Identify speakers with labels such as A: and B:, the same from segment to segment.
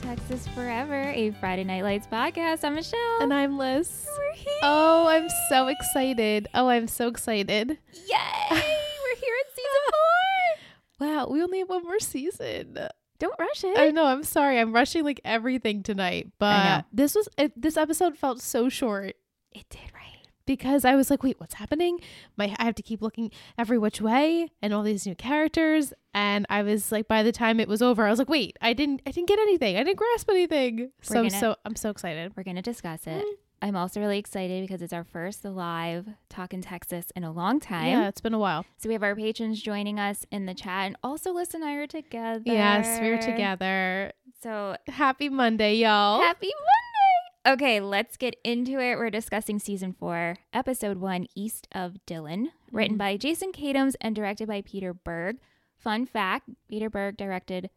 A: Alexis Forever, a Friday Night Lights podcast. I'm Michelle.
B: And I'm Liz.
A: we're here.
B: Oh, I'm so excited. Oh, I'm so excited.
A: Yay! we're here in season four.
B: Wow, we only have one more season.
A: Don't rush it.
B: I know, I'm sorry. I'm rushing like everything tonight,
A: I know.
B: but this was it, this episode felt so short
A: it did right.
B: because I was like, "Wait, what's happening?" My I have to keep looking every which way and all these new characters, and I was like by the time it was over, I was like, "Wait, I didn't I didn't get anything. I didn't grasp anything." So I'm
A: gonna-
B: so I'm so excited.
A: We're gonna discuss
B: Mm.
A: it. I'm also really excited because it's our first live talk in Texas in a long time.
B: Yeah, it's been a while.
A: So we have our patrons joining us in the chat, and also Liz and I are together.
B: Yes, we were together.
A: So
B: Happy Monday, y'all.
A: Happy Monday! Okay, let's get into it. We're discussing season four, episode one, East of Dylan, written
B: Mhm.
A: by Jason Kadams and directed by Peter Berg. Fun fact Peter Berg directed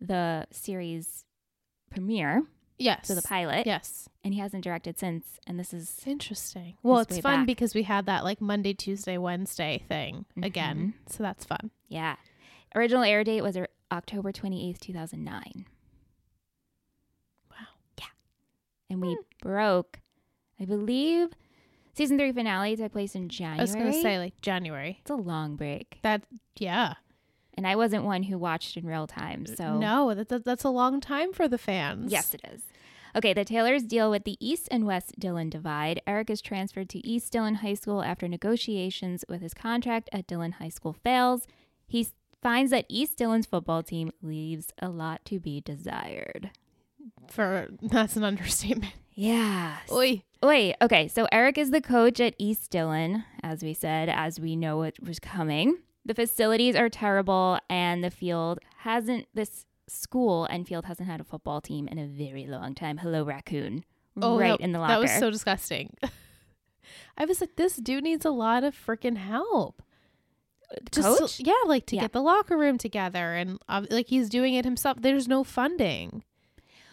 A: the series premiere,
B: yes.
A: so the pilot,
B: Yes.
A: and he hasn't directed since. And this is
B: Eh, It's interesting. Well,
A: It's
B: it's
A: way
B: fun
A: back. Mm-hmm.
B: because we had that like Monday, Tuesday, Wednesday thing again. So that's fun.
A: Yeah. Original air date was er- October 28th, 2009.
B: Wow. Hmm.
A: Yeah. And we broke, I believe, season three finale took place in January.
B: I was going to say like January.
A: it's a long break.
B: That, yeah.
A: And I wasn't one who watched in real time. So,
B: No, that, that, that's a long time for the fans.
A: yes, it is. Okay, the Taylors deal with the East and West Dillon divide. Eric is transferred to East Dillon High School after negotiations with his contract at Dillon High School fails. He s- finds that East Dillon's football team leaves a lot to be desired.
B: For that's an understatement.
A: Yeah.
B: Oi.
A: Wait, okay. So Eric is the coach at East Dillon, as we said, as we know it was coming. The facilities are terrible, and the field hasn't, this school and field hasn't had a football team in a very long time. Hello, raccoon.
B: Oh,
A: right
B: that-
A: in the
B: That
A: locker.
B: was so disgusting. I was like, this dude needs a lot of freaking help. Just
A: coach?
B: yeah, like to
A: Yeah.
B: get the locker room together and ob- like he's doing it himself. There's no funding,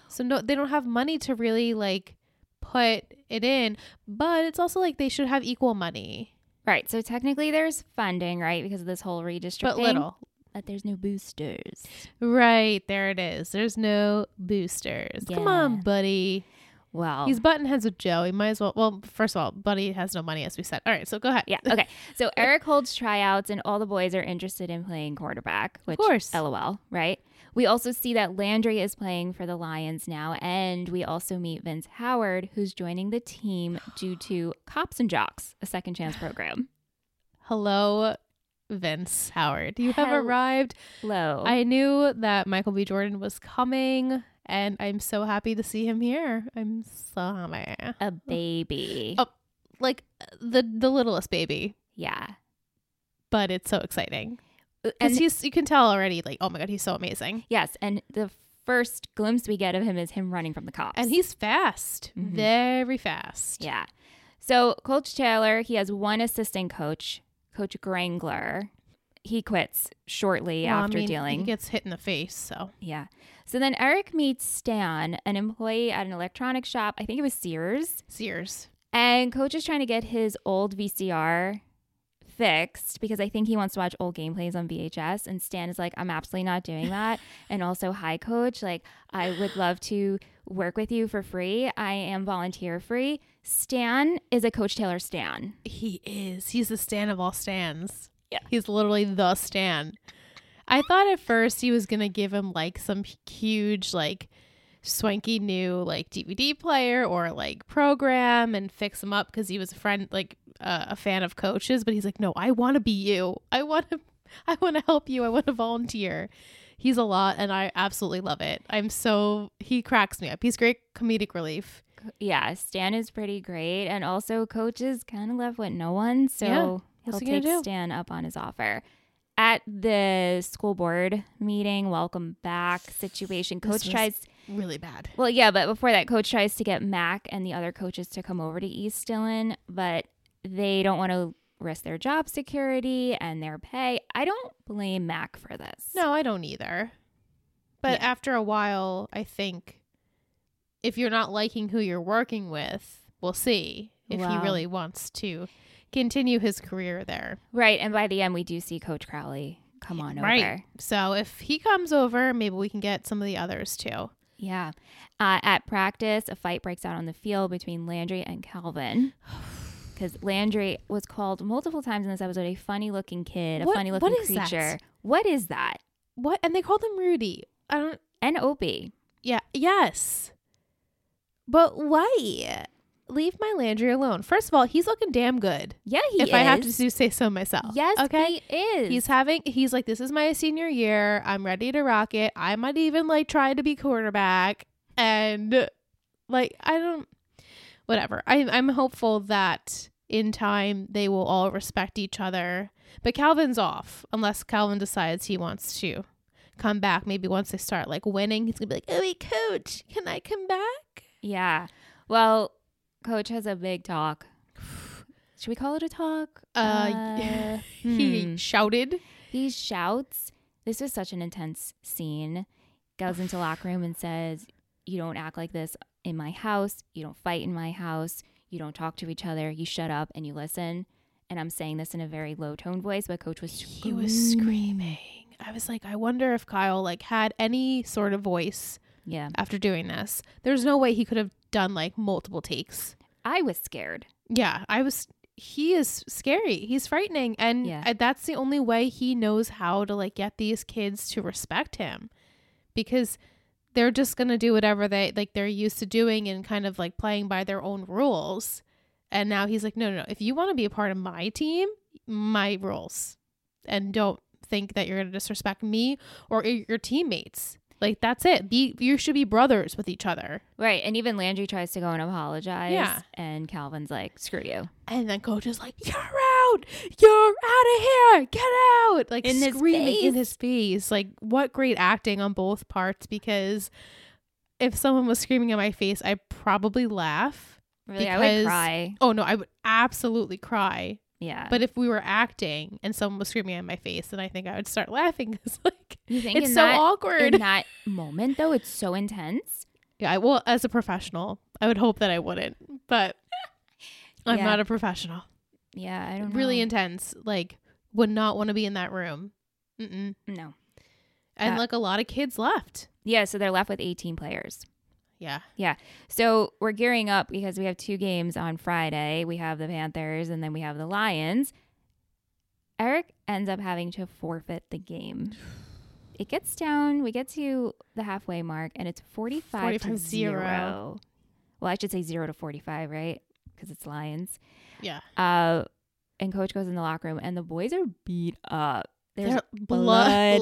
B: so no, they don't have money to really like put it in. But it's also like they should have equal money,
A: right. So technically, there's funding, right? Because of this whole redistricting.
B: but little.
A: But there's no boosters.
B: Right there, it is. There's no boosters. Come
A: Yeah. Oh.
B: on, buddy.
A: Well,
B: He's button heads with Joe. He might as well. Well, first of all, Buddy has no money, as we said. All right, so go ahead.
A: yeah. Okay. So Eric holds tryouts, and all the boys are interested in playing quarterback, which,
B: course.
A: LOL, right? We also see that Landry is playing for the Lions now, and we also meet Vince Howard, who's joining the team due to Cops and Jocks, a second chance program.
B: Hello, Vince Howard. You have
A: Hel- oh.
B: arrived.
A: Low.
B: I knew that Michael B. Jordan was coming, and I'm so happy to see him here. I'm so happy.
A: a baby.
B: Oh. Like the the littlest baby,
A: Yeah.
B: but it's so exciting
A: Uh, And
B: because he's you can tell already. Like, oh my god, he's so amazing,
A: yes, and the first glimpse we get of him is him running from the cops.
B: and he's fast,
A: Mhm.
B: very fast.
A: Yeah. So Coach Taylor, he has one assistant coach, Coach Grangler. He quits shortly
B: Well, I
A: after
B: mean,
A: dealing.
B: he gets hit in the face. So
A: Yeah. So then Eric meets Stan, an employee at an electronics shop. I think it was Sears.
B: Sears.
A: And Coach is trying to get his old VCR fixed because I think he wants to watch old gameplays on VHS. And Stan is like, I'm absolutely not doing that. and also, hi, Coach. Like, I would love to work with you for free. I am volunteer free. Stan is a Coach Taylor Stan.
B: He is. He's the Stan of all stands.
A: Yeah.
B: He's literally the Stan. I thought at first he was gonna give him like some huge like swanky new like DVD player or like program and fix him up because he was a friend like uh, a fan of coaches. But he's like, no, I want to be you. I want to. I want to help you. I want to volunteer. He's a lot, and I absolutely love it. I'm so he cracks me up. He's great comedic relief.
A: Yeah, Stan is pretty great. And also, Coach is kind of left with no one. So.
B: Yeah.
A: He'll
B: What's he gonna
A: take
B: do?
A: Stan up on his offer. At the school board meeting, welcome back situation,
B: This
A: coach
B: was-
A: tries.
B: Really bad.
A: Well, yeah, but before that, coach tries to get Mac and the other coaches to come over to East Dillon, but they don't want to risk their job security and their pay. I don't blame Mac for this.
B: No, I don't either. But
A: Yeah.
B: after a while, I think if you're not liking who you're working with, we'll see if he
A: Well.
B: really wants to continue his career there.
A: Right. And by the end, we do see Coach Crowley come on over.
B: So if he comes over, maybe we can get some of the others too.
A: Yeah. Uh, at practice, a fight breaks out on the field between Landry and Calvin. Because Landry was called multiple times in this episode a funny looking kid, a
B: What-
A: funny
B: what
A: looking
B: is that?
A: creature. What is that?
B: What? And they called him Rudy. I don't.
A: And Opie.
B: Yeah. Yes. But why? Leave my Landry alone. First of all, he's looking damn good.
A: Yeah, he
B: if
A: is.
B: I have to do say so myself.
A: Yes,
B: Okay.
A: he is.
B: He's having he's like, This is my senior year. I'm ready to rock it. I might even like try to be quarterback. And like I don't whatever. I I'm hopeful that in time they will all respect each other. But Calvin's off unless Calvin decides he wants to come back. Maybe once they start like winning, he's gonna be like, Oh wait, coach, can I come back?
A: yeah. Well, Coach has a big talk. Should we call it a talk?
B: Uh,
A: Uh, hmm.
B: He shouted.
A: He shouts. This was such an intense scene. Goes into locker room and says, "You don't act like this in my house. You don't fight in my house. You don't talk to each other. You shut up and you listen." And I'm saying this in a very low tone voice, but Coach was
B: he was screaming. I was like, I wonder if Kyle like had any sort of voice
A: Yeah,
B: after doing this. There's no way he could have done like multiple takes.
A: I was scared.
B: Yeah, I was. He is scary. He's frightening, and
A: Yeah.
B: I- that's the only way he knows how to like get these kids to respect him, because they're just gonna do whatever they like. They're used to doing and kind of like playing by their own rules. And now he's like, no, no, no. If you want to be a part of my team, my rules, and don't think that you're gonna disrespect me or y- your teammates. Like that's it. Be you should be brothers with each other.
A: Right, and even Landry tries to go and apologize.
B: Yeah.
A: and Calvin's like, "Screw you!"
B: And then coach is like, "You're out! You're out of here! Get out!" Like
A: In his
B: screaming
A: face.
B: in his face. Like what great acting on both parts because if someone was screaming in my face, I probably laugh.
A: Really, I would
B: Because-
A: cry.
B: Oh no, I would absolutely cry.
A: Yeah,
B: But if we were acting and someone was screaming in my face, then I think I would start laughing because like
A: you think
B: it's
A: in
B: so
A: that,
B: awkward.
A: in that moment though, it's so intense.
B: yeah, I, well, as a professional, I would hope that I wouldn't, but I'm
A: Yeah.
B: not a professional.
A: Yeah, I don't
B: really
A: know.
B: intense. Like, would not want to be in that room. Mm-mm.
A: no.
B: And
A: Uh,
B: like a lot of kids left.
A: Yeah, so they're left with 18 players.
B: Yeah.
A: So we're gearing up because we have two games on Friday. We have the Panthers and then we have the Lions. Eric ends up having to forfeit the game. It gets down, we get to the halfway mark, and it's 45, to 0.
B: 45 zero.
A: Well, I should say 0 to 45, right? Because it's Lions.
B: Yeah.
A: Uh, and coach goes in the locker room, and the boys are beat up. There's
B: There- blood,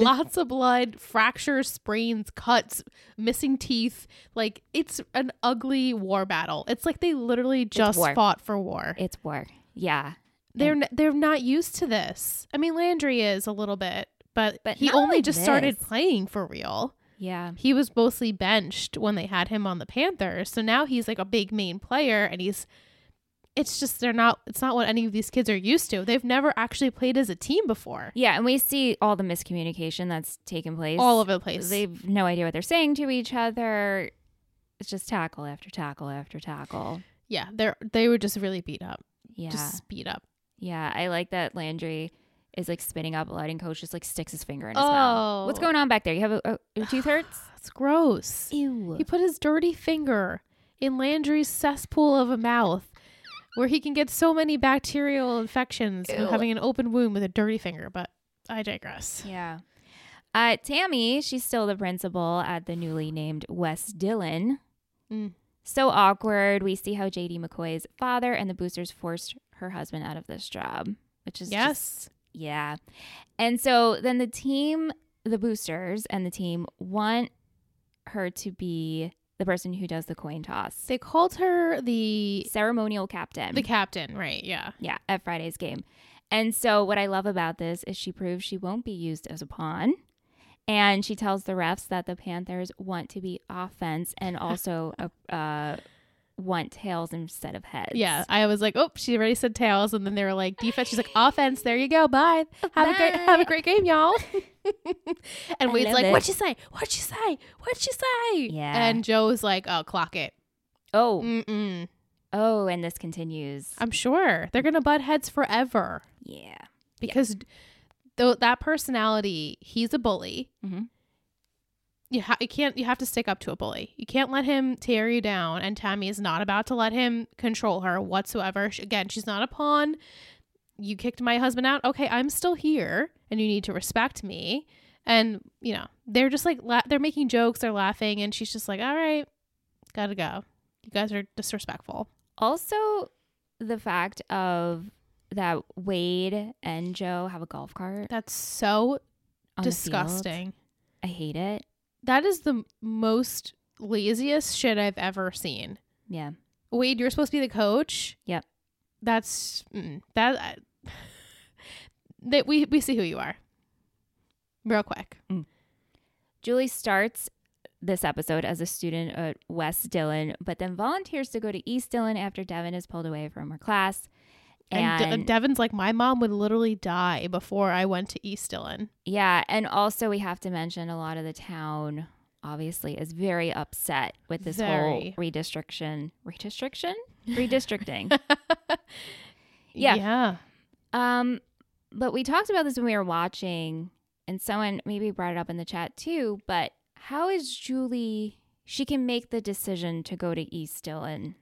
A: blood.
B: lots of blood, fractures, sprains, cuts, missing teeth. Like it's an ugly war battle. It's like they literally just
A: war.
B: fought for war.
A: it's war. Yeah.
B: They're n- they're not used to this. I mean, Landry is a little bit, but,
A: But
B: he
A: not
B: only
A: like
B: just started
A: this.
B: playing for real.
A: Yeah.
B: he was mostly benched when they had him on the Panthers. So now he's like a big main player and he's it's just they're not it's not what any of these kids are used to. They've never actually played as a team before.
A: Yeah, and we see all the miscommunication that's taken place.
B: All over the place.
A: They've no idea what they're saying to each other. It's just tackle after tackle after tackle.
B: yeah, they're they were just really beat up.
A: Yeah.
B: Just beat up.
A: yeah, I like that Landry is like spinning up loud and coach just like sticks his finger in his mouth.
B: Oh.
A: What's going on back there? You have a, a your tooth hurts?
B: That's gross.
A: Ew.
B: He put his dirty finger in Landry's cesspool of a mouth where he can get so many bacterial infections
A: Ew.
B: from having an open wound with a dirty finger, but I digress.
A: Yeah. Uh, Tammy, she's still the principal at the newly named West Dillon.
B: Mm.
A: So awkward. We see how JD McCoy's father and the boosters forced her husband out of this job, which is just
B: Yes.
A: Yeah. And so then the team, the boosters and the team want her to be the person who does the coin toss.
B: They called her the
A: Ceremonial captain.
B: The captain, right? Yeah.
A: yeah, at Friday's game. And so what I love about this is she proves she won't be used as a pawn. And she tells the refs that the Panthers want to be offense and also uh, uh, want tails instead of heads.
B: Yeah. I was like, oh, she already said tails, and then they were like defense. She's like offense. There you go. Bye. Have a great
A: Oh, Bye.
B: have a great game, y'all. and
A: I
B: Wade's
A: love
B: like,
A: it.
B: what'd she say? What'd she say? What'd she say?
A: Yeah.
B: And Joe's like, oh, clock it.
A: Oh,
B: Mm. Mm-mm.
A: oh, and this continues.
B: I'm sure they're gonna butt heads forever
A: yeah. Mm-hmm.
B: because though that personality, he's a bully.
A: Mhm.
B: you, ha- you can't you have to stick up to a bully. You can't let him tear you down and Tammy is not about to let him control her whatsoever. She, again, she's not a pawn. You kicked my husband out. Okay, I'm still here and you need to respect me. And, you know, they're just like la- they're making jokes, they're laughing and she's just like, "All right, got to go. You guys are disrespectful."
A: Also, the fact of that Wade and Joe have a golf cart.
B: That's so
A: on the field.
B: disgusting.
A: I hate it.
B: That is the m- most laziest shit I've ever seen.
A: Yeah.
B: Wade, you're supposed to be the coach.
A: Yep.
B: That's mm, that. I, that we we see who you are. Real quick.
A: Julie starts this episode as a student at West Dillon, but then volunteers to go to East Dillon after Devin is pulled away from her class.
B: And,
A: And,
B: De- uh, Devin's like, my mom would literally die before I went to East Dillon.
A: yeah, and also we have to mention a lot of the town obviously is very upset with this
B: Very.
A: whole redistriction, redistriction, redistricting. Yeah.
B: Yeah.
A: um, but we talked about this when we were watching, and someone maybe brought it up in the chat too. But how is Julie? She can make the decision to go to East Dillon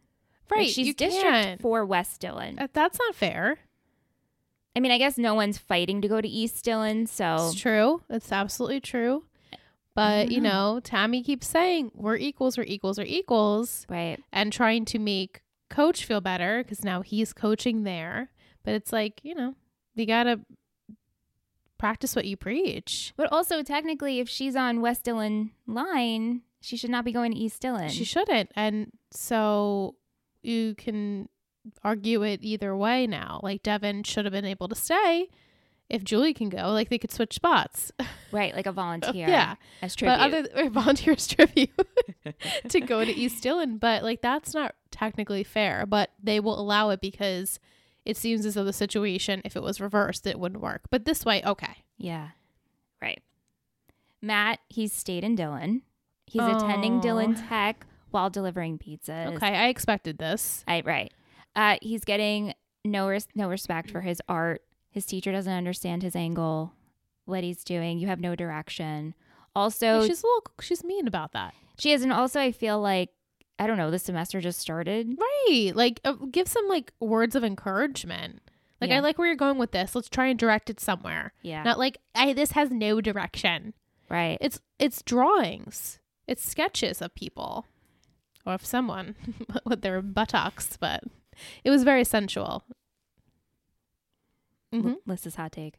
B: Right.
A: Like, she's
B: you
A: district
B: can't.
A: for West Dillon.
B: Uh, That's not fair.
A: I mean, I guess no one's fighting to go to East Dillon, so
B: It's true. It's absolutely true.
A: Oh. I
B: But,
A: don't
B: you know, Tammy keeps saying we're equals, we're equals, we're equals,
A: right.
B: and trying to make coach feel better because now he's coaching there. But it's like, you know, you got to practice what you preach.
A: But also, technically, if she's on West Dillon line, she should not be going to East Dillon.
B: She shouldn't. And so you can argue it either way now. Like, Devin should have been able to stay if Julie can go. Like, they could switch spots.
A: right, like a volunteer.
B: Yeah.
A: as tribute.
B: But other or volunteers tribute to go to East Dillon, but like that's not technically fair. But they will allow it because it seems as though the situation, if it was reversed, it wouldn't work. But this way, okay.
A: yeah, right. Matt, he's stayed in Dillon. He's attending
B: Aw.
A: Dillon Tech while delivering pizzas.
B: Okay, I expected this.
A: I, right. Uh, he's getting no res- no respect for his art. His teacher doesn't understand his angle, what he's doing. You have no direction. Also,
B: she's a little, she's mean about that.
A: She is, and also I feel like I don't know. The semester just started.
B: Right. Like, uh, give some like words of encouragement. Like,
A: Yeah.
B: I like where you're going with this. Let's try and direct it somewhere.
A: Yeah,
B: Not like, I, this has no direction.
A: right.
B: It's it's drawings. It's sketches of people or of someone with their buttocks, but it was very sensual. hmm
A: L- Liz's hot take.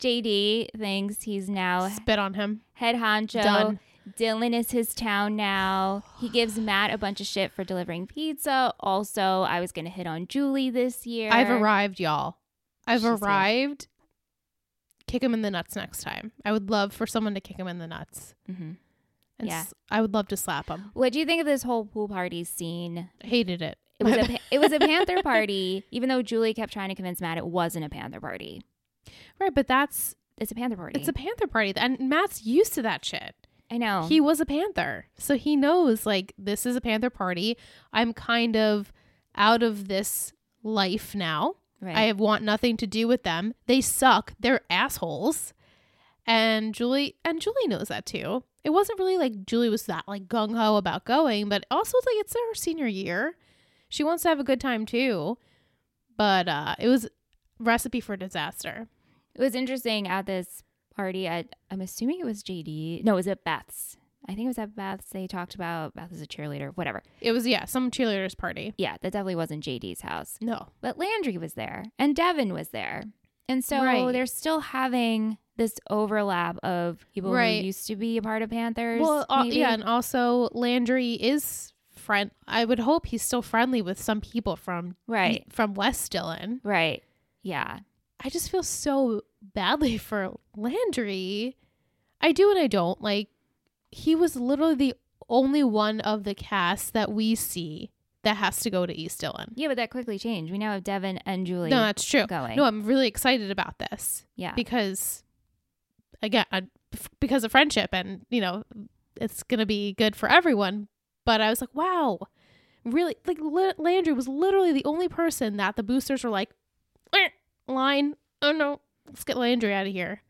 A: JD thinks he's now
B: Spit on him.
A: head honcho.
B: Done.
A: Dylan is his town now. He gives Matt a bunch of shit for delivering pizza. Also, I was gonna hit on Julie this year.
B: I've arrived, y'all. I've
A: She's here.
B: arrived. Kick him in the nuts next time. I would love for someone to kick him in the nuts.
A: Mhm.
B: And
A: Yeah.
B: s- I would love to slap him.
A: What do you think of this whole pool party scene?
B: Hated it.
A: It was a pa- it was a panther party, even though Julie kept trying to convince Matt it wasn't a panther party.
B: right, but that's
A: It's a panther party.
B: it's a panther party, and Matt's used to that shit.
A: I know.
B: he was a panther so he knows like this is a panther party i'm kind of out of this life now
A: right.
B: i want nothing to do with them they suck they're assholes and julie and julie knows that too it wasn't really like julie was that like gung-ho about going but also it's like it's her senior year she wants to have a good time too but uh it was recipe for disaster
A: It was interesting at this party at I'm assuming it was JD. No, it was at Beth's. I think it was at Beth's. They talked about Beth is a cheerleader, whatever.
B: it was yeah some cheerleaders party
A: Yeah, that definitely wasn't JD's house.
B: no
A: But Landry was there and Devin was there. And so
B: Right.
A: they're still having this overlap of people
B: Right.
A: who used to be a part of Panthers.
B: Well, uh,
A: maybe.
B: yeah, and also Landry is friend. I would hope he's still friendly with some people from E,
A: Right.
B: from West Dillon.
A: Right. Yeah.
B: I just feel so badly for Landry. I do and I don't. Like he was literally the only one of the cast that we see that has to go to East Dillon.
A: Yeah, but that quickly changed. We now have Devin and Julie
B: No, that's true.
A: going.
B: No, I'm really excited about this
A: yeah.
B: because again I- f- because of friendship and you know it's gonna be good for everyone but i was like wow really like L- landry was literally the only person that the boosters were like "Eh, line oh no let's get landry out of here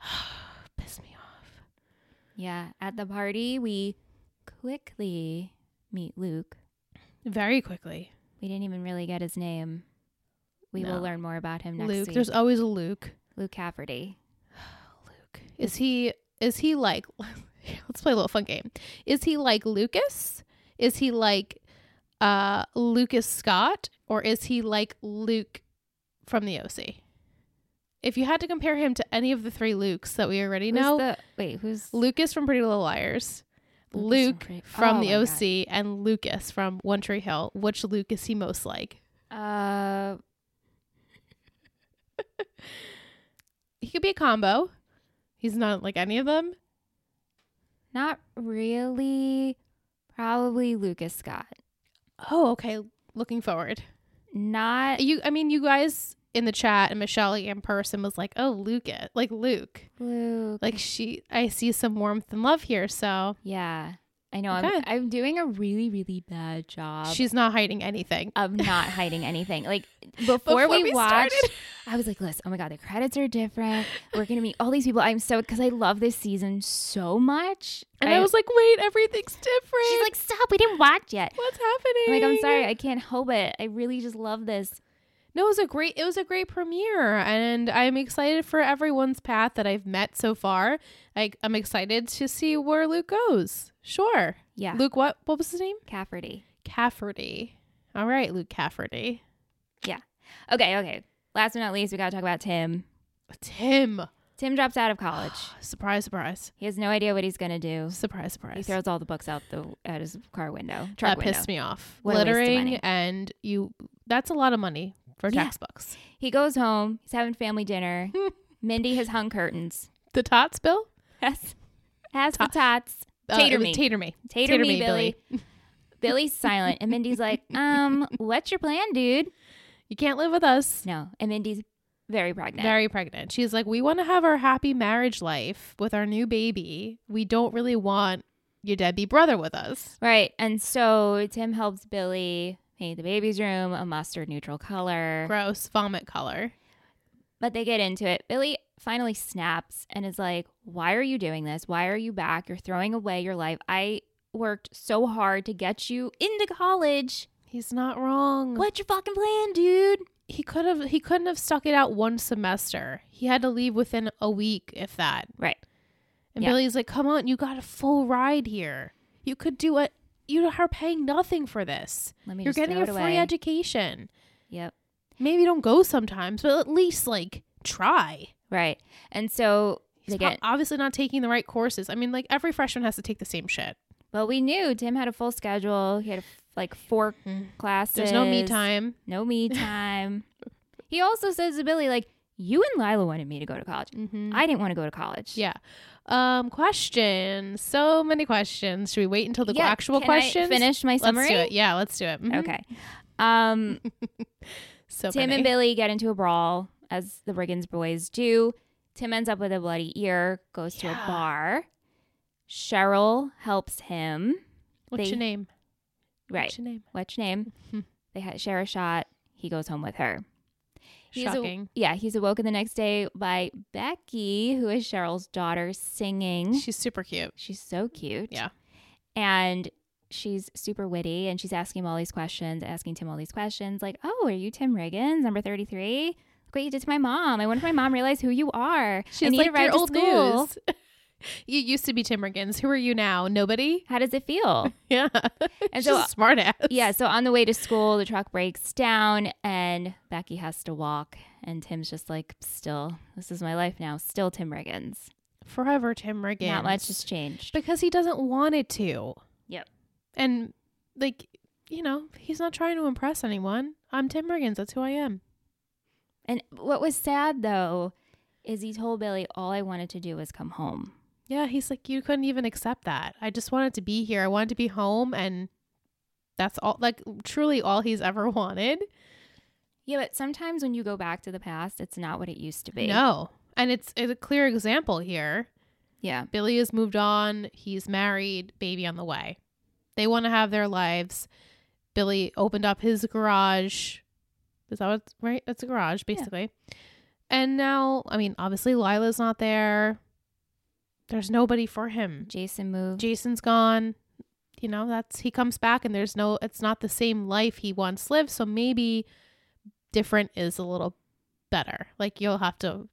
B: piss me off
A: Yeah. At the party, we quickly meet Luke.
B: very quickly.
A: We didn't even really get his name. We
B: No.
A: will learn more about him next
B: Luke,
A: week.
B: there's always a Luke.
A: Luke Cafferty.
B: Luke. Is he is he like let's play a little fun game. Is he like Lucas? Is he like uh Lucas Scott or is he like Luke from the OC? If you had to compare him to any of the three Lukes that we already
A: Who's
B: know,
A: the- wait, who's
B: Lucas from Pretty Little Liars,
A: Lucas from
B: Luke
A: Pretty-
B: from
A: Oh
B: the
A: my
B: OC, and Lucas from One Tree Hill, which Luke is he most like?
A: Uh,
B: He could be a combo. He's not like any of them.
A: not really. Probably Lucas Scott.
B: Oh, okay. Looking forward.
A: Not
B: you i mean you guys in the chat and michelle in person was like oh luke it- like luke
A: Luke.
B: like she i see some warmth and love here so
A: Yeah. I know.
B: Okay.
A: I'm, I'm doing a really, really bad job
B: she's not hiding anything
A: of not hiding anything. Like before, we, watched, I was like, "Listen, oh my god, the credits are different. We're gonna meet all these people." I'm so because I love this season so much.
B: and I, was like wait everything's different
A: she's like, "Stop, we didn't watch yet."
B: what's happening
A: I'm like, "I'm sorry, I can't help it. I really just love this."
B: no it was a great it was a great premiere and i'm excited for everyone's path that i've met so far like i'm excited to see where luke goes sure
A: Yeah, Luke
B: luke what what was his name
A: Cafferty.
B: cafferty all right luke cafferty
A: Okay, okay. Last but not least, we gotta talk about Tim.
B: tim
A: Tim drops out of college.
B: surprise surprise
A: He has no idea what he's gonna do.
B: Surprise, surprise.
A: He throws all the books out the out his car window, truck
B: that
A: window.
B: pissed me off.
A: What a waste of
B: Littering
A: money.
B: and you that's a lot of money for
A: Yeah.
B: textbooks.
A: He goes home. He's having family dinner. Mindy has hung curtains.
B: The tots bill?
A: Has, has the
B: Tot-
A: tots.
B: Uh,
A: Tater
B: it was
A: me.
B: Tater me.
A: Tater, me, Billy. Billy's silent, and Mindy's like, "Um, what's your plan, dude?"
B: You can't live with us.
A: No, and Mindy's very pregnant.
B: Very pregnant. She's like, We want to have our happy marriage life with our new baby. We don't really want your deadbeat brother with us.
A: right, and so Tim helps Billy paint the baby's room a mustard neutral color.
B: Gross vomit color.
A: But they get into it. Billy finally snaps and is like, Why are you doing this? Why are you back? You're throwing away your life. I worked so hard to get you into college.
B: He's not wrong.
A: What's your fucking plan, dude?
B: He could have he couldn't have stuck it out one semester. He had to leave within a week, if that.
A: Right.
B: And
A: Yeah.
B: Billy's like, "Come on, you got a full ride here. You could do it. You are paying nothing for this.
A: Let me
B: You're
A: just
B: getting
A: throw
B: a
A: it
B: free
A: away.
B: education.
A: Yep.
B: Maybe don't go sometimes, but at least like try."
A: Right. And so
B: He's
A: they
B: prob-
A: get,
B: obviously not taking the right courses. I mean, like every freshman has to take the same shit.
A: well, we knew Tim had a full schedule. He had like four
B: Mm.
A: classes.
B: There's no me time.
A: No me time. he also says to Billy, like, you and Lila wanted me to go to college.
B: Mm-hmm.
A: I didn't want to go to college.
B: yeah. Um, questions. So many questions. Should we wait until the
A: Yeah,
B: actual
A: can I
B: questions?
A: finish my
B: Let's
A: summary.
B: do it. Yeah, let's do it. Mhm.
A: Okay. Um,
B: So
A: Tim
B: many.
A: and Billy get into a brawl, as the Riggins boys do. Tim ends up with a bloody ear, goes to
B: Yeah.
A: a bar. Cheryl helps him.
B: What's
A: they-
B: your name?
A: Right.
B: What's your name?
A: What's your name? they ha- share a shot. He goes home with her. He's a-
B: Shocking.
A: Yeah, he's awoken the next day by Becky, who is Cheryl's daughter, singing.
B: She's super cute.
A: She's so cute.
B: Yeah.
A: And she's super witty and she's asking him all these questions, asking Tim all these questions like, oh, are you Tim Riggins, number 33? Look what you did to my mom. I wonder if my mom realized who you are. I
B: She's
A: need
B: like
A: a ride
B: your
A: to
B: old
A: school.
B: news. you used to be Tim Riggins. Who are you now? Nobody.
A: How does it feel?
B: Yeah,
A: And
B: and
A: so-
B: so smart ass.
A: yeah. So on the way to school, the truck breaks down and Becky has to walk. And Tim's just like, still, this is my life now. Still Tim Riggins.
B: forever Tim Riggins.
A: Not much has changed.
B: because he doesn't want it to.
A: Yep.
B: And like you know, he's not trying to impress anyone. I'm Tim Riggins. That's who I am.
A: And what was sad though is he told Billy, all I wanted to do was come home.
B: Yeah, he's like you couldn't even accept that. I just wanted to be here. I wanted to be home, and that's all. Like truly, all he's ever wanted.
A: Yeah, but sometimes when you go back to the past, it's not what it used to be.
B: No, and it's, it's a clear example here.
A: Yeah.
B: Billy has moved on. He's married, baby on the way. They want to have their lives. Billy opened up his garage. Is that what's right? It's a garage, basically. And now, I mean, obviously Lila's not there. There's nobody for him.
A: Jason moved.
B: Jason's gone. You know, that's he comes back and there's no it's not the same life he once lived, so maybe different is a little better. Like you'll have to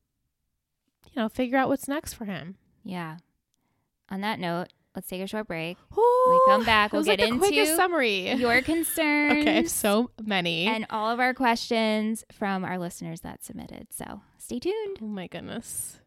B: you know, figure out what's next for him.
A: yeah. On that note, let's take a short break.
B: When
A: we come back, we'll
B: was like
A: get
B: the quickest
A: into
B: summary.
A: Your concerns.
B: okay, I have so many.
A: and all of our questions from our listeners that submitted. So stay tuned.
B: Oh my goodness.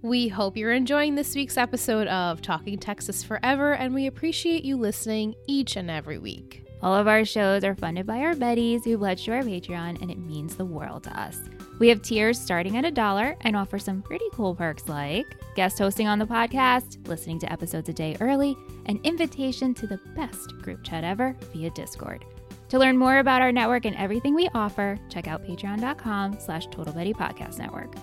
B: We hope you're enjoying this week's episode of Talking Texas Forever, and we appreciate you listening each and every week.
A: All of our shows are funded by our buddies who pledge to our Patreon, and it means the world to us. We have tiers starting at a dollar and offer some pretty cool perks like guest hosting on the podcast, listening to episodes a day early, an invitation to the best group chat ever via Discord. To learn more about our network and everything we offer, check out patreon.com slash Total Betty Podcast Network.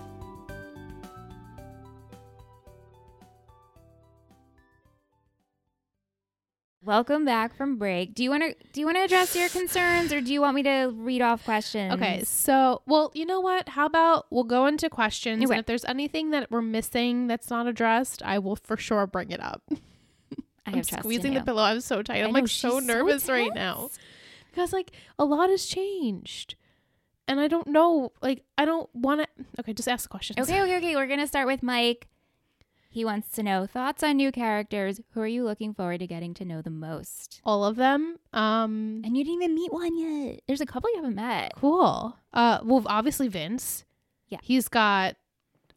A: Welcome back from break. Do you want to do you want to address your concerns or do you want me to read off questions?
B: Okay, so, well, you know what? How about we'll go into questions,
A: Okay.
B: and if there's anything that we're missing that's not addressed, I will for sure bring it up.
A: I
B: I'm
A: have trust
B: squeezing
A: in
B: the
A: you.
B: pillow. I'm so tight.
A: I
B: I'm
A: know,
B: like so
A: she's so
B: nervous right now
A: tense.
B: because like a lot has changed, and I don't know. Like I don't want to. Okay, just ask the questions.
A: Okay, okay, okay. We're gonna start with Mike. He wants to know thoughts on new characters. Who are you looking forward to getting to know the most?
B: all of them. Um,
A: And you didn't even meet one yet. There's a couple you haven't met.
B: cool. Uh, well, obviously Vince.
A: Yeah.
B: he's got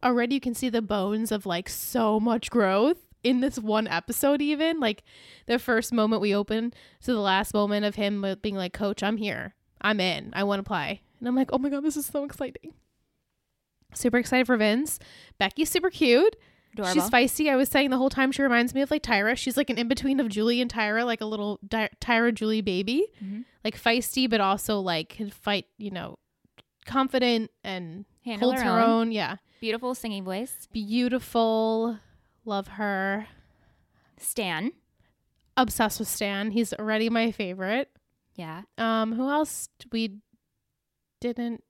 B: already. You can see the bones of like so much growth in this one episode. Even like the first moment we open to the last moment of him with- being like, "Coach, I'm here. I'm in. I want to play." And I'm like, "Oh my god, this is so exciting!" Super excited for Vince. Becky's super cute.
A: Adorable.
B: She's feisty. I was saying the whole time she reminds me of like Tyra. She's like an in between of Julie and Tyra, like a little Di- Tyra Julie baby,
A: Mhm.
B: like feisty, but also like can fight. You know, confident and
A: Handle
B: holds
A: her
B: her
A: own.
B: own. Yeah,
A: Beautiful singing voice.
B: beautiful. Love her.
A: Stan.
B: Obsessed with Stan. He's already my favorite.
A: Yeah.
B: Um, who else d- we didn't?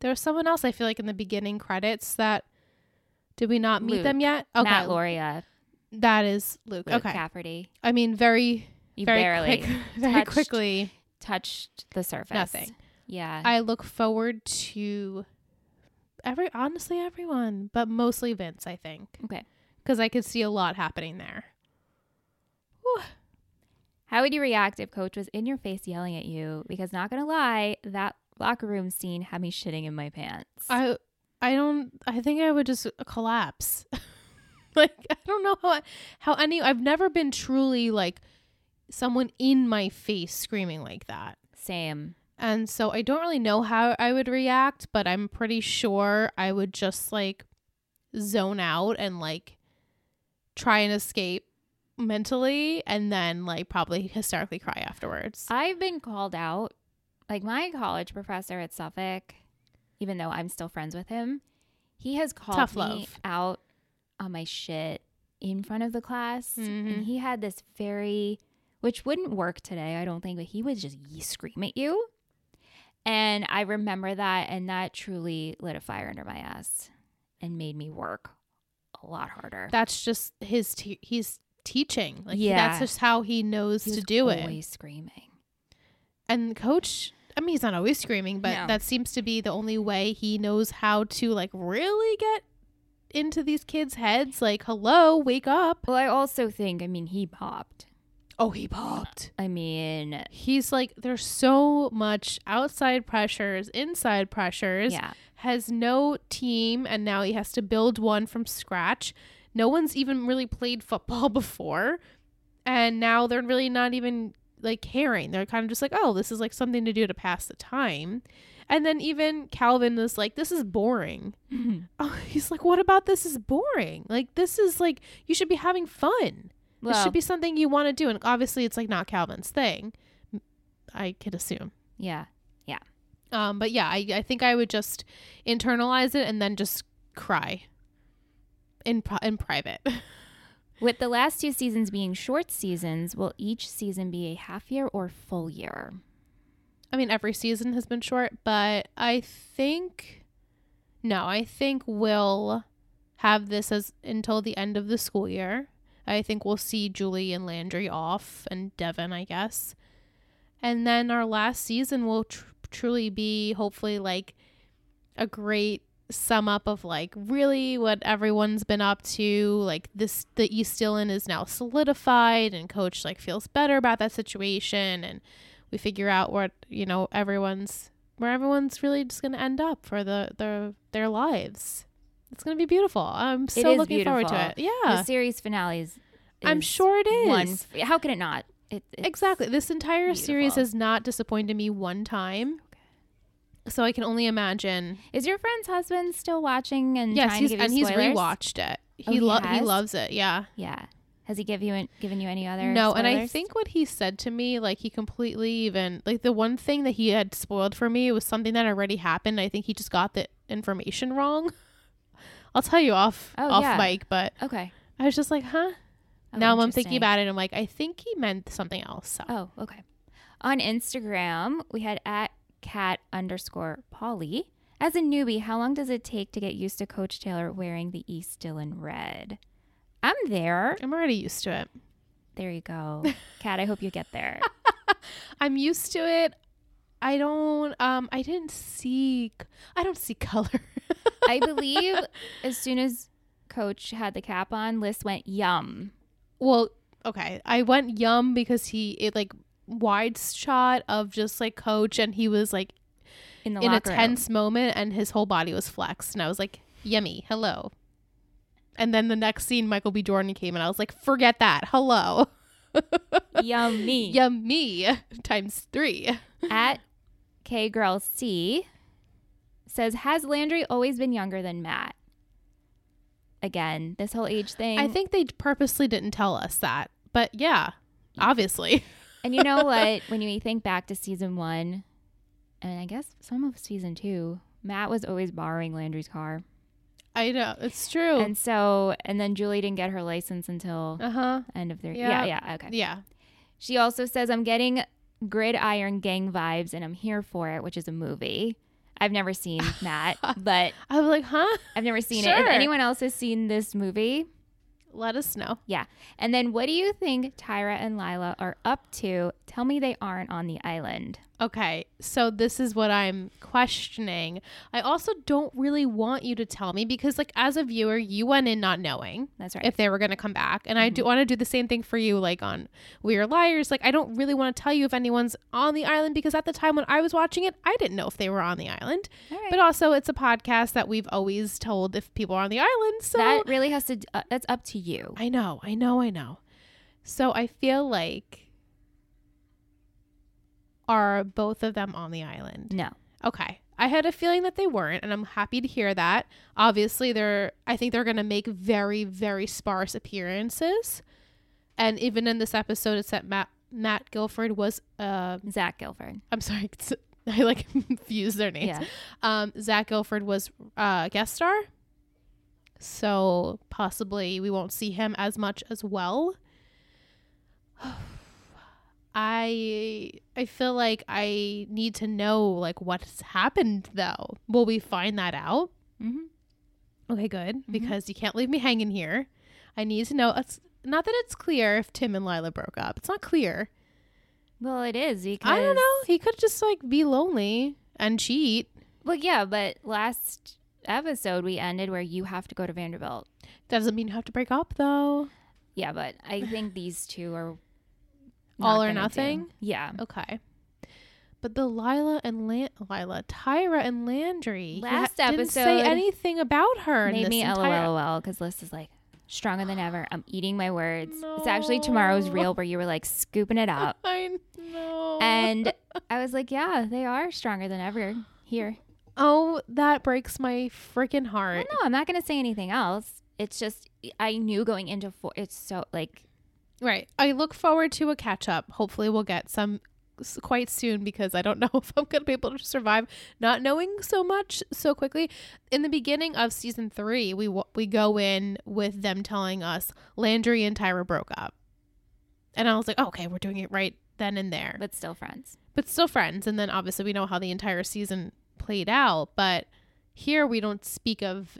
B: There was someone else I feel like in the beginning credits that did we not meet
A: Luke.
B: them yet?
A: Matt Loria.
B: that is Luke.
A: Luke
B: okay.
A: Cafferty.
B: I mean, very,
A: You
B: very
A: barely
B: quick, very
A: touched
B: quickly.
A: touched the surface.
B: Nothing.
A: Yeah.
B: I look forward to every, honestly, everyone, but mostly Vince. I think
A: okay.
B: because I could see a lot happening there.
A: How would you react if coach was in your face yelling at you? Because not gonna lie, that locker room scene had me shitting in my pants.
B: I, I don't. I think I would just collapse. like I don't know how how any. I've never been truly like someone in my face screaming like that.
A: Same.
B: And so I don't really know how I would react, but I'm pretty sure I would just like zone out and like try and escape mentally and then like probably hysterically cry afterwards.
A: I've been called out. Like my college professor at Suffolk, even though I'm still friends with him, he has called
B: Tough
A: me
B: love.
A: out on my shit in front of the class.
B: Mhm.
A: And he had this very, which wouldn't work today, I don't think, but he would just ye- scream at you. And I remember that, and that truly lit a fire under my ass and made me work a lot harder.
B: that's just his te- he's teaching. Like
A: Yeah.
B: that's just how he knows
A: He
B: to
A: was
B: do it.
A: always screaming.
B: And coach I mean he's not always screaming, but
A: No.
B: that seems to be the only way he knows how to like really get into these kids' heads like hello, wake up.
A: Well, I also think, I mean, he popped.
B: Oh, he popped.
A: I mean,
B: He's like, there's so much outside pressures, inside pressures,
A: yeah.
B: has no team, and now he has to build one from scratch. No one's even really played football before. And now they're really not even like caring. They're kind of just like, oh, this is like something to do to pass the time. And then even Calvin is like, this is boring. Oh, he's like, what about this is boring? Like, this is like, you should be having fun this should be something you want to do. And obviously, it's like not Calvin's thing, I could assume.
A: yeah.
B: Um, but yeah, I, I think I would just internalize it and then just cry in pri- in private.
A: With the last two seasons being short seasons, will each season be a half year or full year?
B: I mean, every season has been short, but I think no, I think we'll have this as until the end of the school year. I think we'll see Julie and Landry off and Devin, I guess. And then our last season will tr- truly be hopefully like a great sum up of like really what everyone's been up to. Like this, the East Dillon is now solidified and coach like feels better about that situation. And we figure out what, you know, everyone's, where everyone's really just going to end up for the, the, their lives. It's going to be beautiful. I'm so
A: is
B: looking forward to it.
A: beautiful.
B: Yeah.
A: The series finale is.
B: I'm
A: is
B: sure it is.
A: One, how could it not? It, it's-
B: exactly. This entire series
A: beautiful.
B: has not disappointed me one time. So I can only imagine.
A: Is your friend's husband still watching and
B: yes,
A: trying
B: he's,
A: to give
B: and
A: you
B: he's
A: spoilers?
B: rewatched it.
A: Oh,
B: He
A: he
B: lo- he
A: has?
B: loves it. Yeah.
A: Yeah. Has he give you an, given you any other?
B: no, and I
A: spoilers?
B: think what he said to me, like he completely even like the one thing that he had spoiled for me was something that already happened. I think he just got the information wrong. I'll tell you off
A: Oh,
B: off
A: yeah.
B: mic, but
A: Okay.
B: I was just like, huh.
A: Oh,
B: now I'm thinking
A: interesting.
B: about it. I'm like, I think he meant something else. So.
A: Oh, okay. On Instagram, we had at cat underscore Polly. As a newbie, how long does it take to get used to Coach Taylor wearing the East Dillon red? I'm there.
B: I'm already used to it.
A: There you go. Kat, I hope you get there.
B: I'm used to it. I don't. Um, I didn't see. I don't see color.
A: I believe as soon as Coach had the cap on, Liz went, yum.
B: well, okay. I went yum because he it like wide shot of just like coach, and he was like
A: In the
B: in a
A: locker room.
B: tense moment, and his whole body was flexed, and I was like, yummy, hello. And then the next scene, Michael B. Jordan came, and I was like, forget that, hello,
A: Yummy.
B: yummy times three.
A: at K Girl C says, Has Landry always been younger than Matt? Again, this whole age thing.
B: I think they purposely didn't tell us that, but yeah, obviously.
A: and you know what? when you think back to season one, and I guess some of season two, Matt was always borrowing Landry's car.
B: I know it's true.
A: And so, and then Julie didn't get her license until
B: Oh. Uh huh.
A: end of their
B: Yeah.
A: yeah, yeah, okay.
B: Yeah.
A: She also says, I'm getting gridiron gang vibes and I'm here for it, which is a movie. I've never seen Matt, but
B: I was like, huh?
A: I've never seen it.
B: Sure.
A: If anyone else has seen this movie,
B: Let us know.
A: yeah. And then what do you think Tyra and Lila are up to? Tell me they aren't on the island.
B: Okay. So this is what I'm questioning. I also don't really want you to tell me because, like, as a viewer, you went in not knowing
A: That's right. Mm-hmm.
B: if they were going to come back. And I do want to do the same thing for you, like on We Are Liars. Like, I don't really want to tell you if anyone's on the island because at the time when I was watching it, I didn't know if they were on the island.
A: All right.
B: But also, it's a podcast that we've always told if people are on the island. So
A: that really has to, d- uh, that's up to you.
B: I know, I know, I know. So I feel like are both of them on the island?
A: No.
B: Okay. I had a feeling that they weren't, and I'm happy to hear that. Obviously, they're I think they're gonna make very, very sparse appearances. And even in this episode, it said Matt Matt Guilford was uh
A: Zach Guilford.
B: I'm sorry, I like confused their names
A: Yeah.
B: um, Zach Guilford was uh, guest star. So possibly we won't see him as much as well. I I feel like I need to know like what's happened though. Will we find that out?
A: hmm
B: Okay, good. Mm-hmm. Because you can't leave me hanging here. I need to know. It's not that it's clear if Tim and Lila broke up. It's not clear.
A: Well, it is because.
B: I don't know. He could just like be lonely and cheat.
A: Well, yeah, but last episode we ended where you have to go to Vanderbilt.
B: That doesn't mean you have to break up though.
A: Yeah, but I think these two are. not
B: All or
A: gonna do-
B: nothing?
A: Yeah.
B: Okay. But the Lila and Lan- Lila, Tyra and Landry he
A: Last
B: didn't say
A: episode
B: anything about her.
A: Made
B: in this
A: me
B: entire-
A: LOL because Liz is like stronger than ever. I'm eating my words. It's actually tomorrow's
B: No.
A: reel where you were like scooping it up.
B: I know.
A: And I was like, yeah, they are stronger than ever here.
B: oh, that breaks my freaking
A: Well,
B: heart.
A: no, I'm not going to say anything else. It's just, I knew going into four, it's so like,
B: Right. I look forward to a catch up. Hopefully, we'll get some s- quite soon because I don't know if I'm going to be able to survive not knowing so much so quickly. In the beginning of season three, we wa- we go in with them telling us Landry and Tyra broke up, and I was like, oh, okay, we're doing it right then and there, but,
A: but still friends.
B: but still friends. And then obviously we know how the entire season played out, but here we don't speak of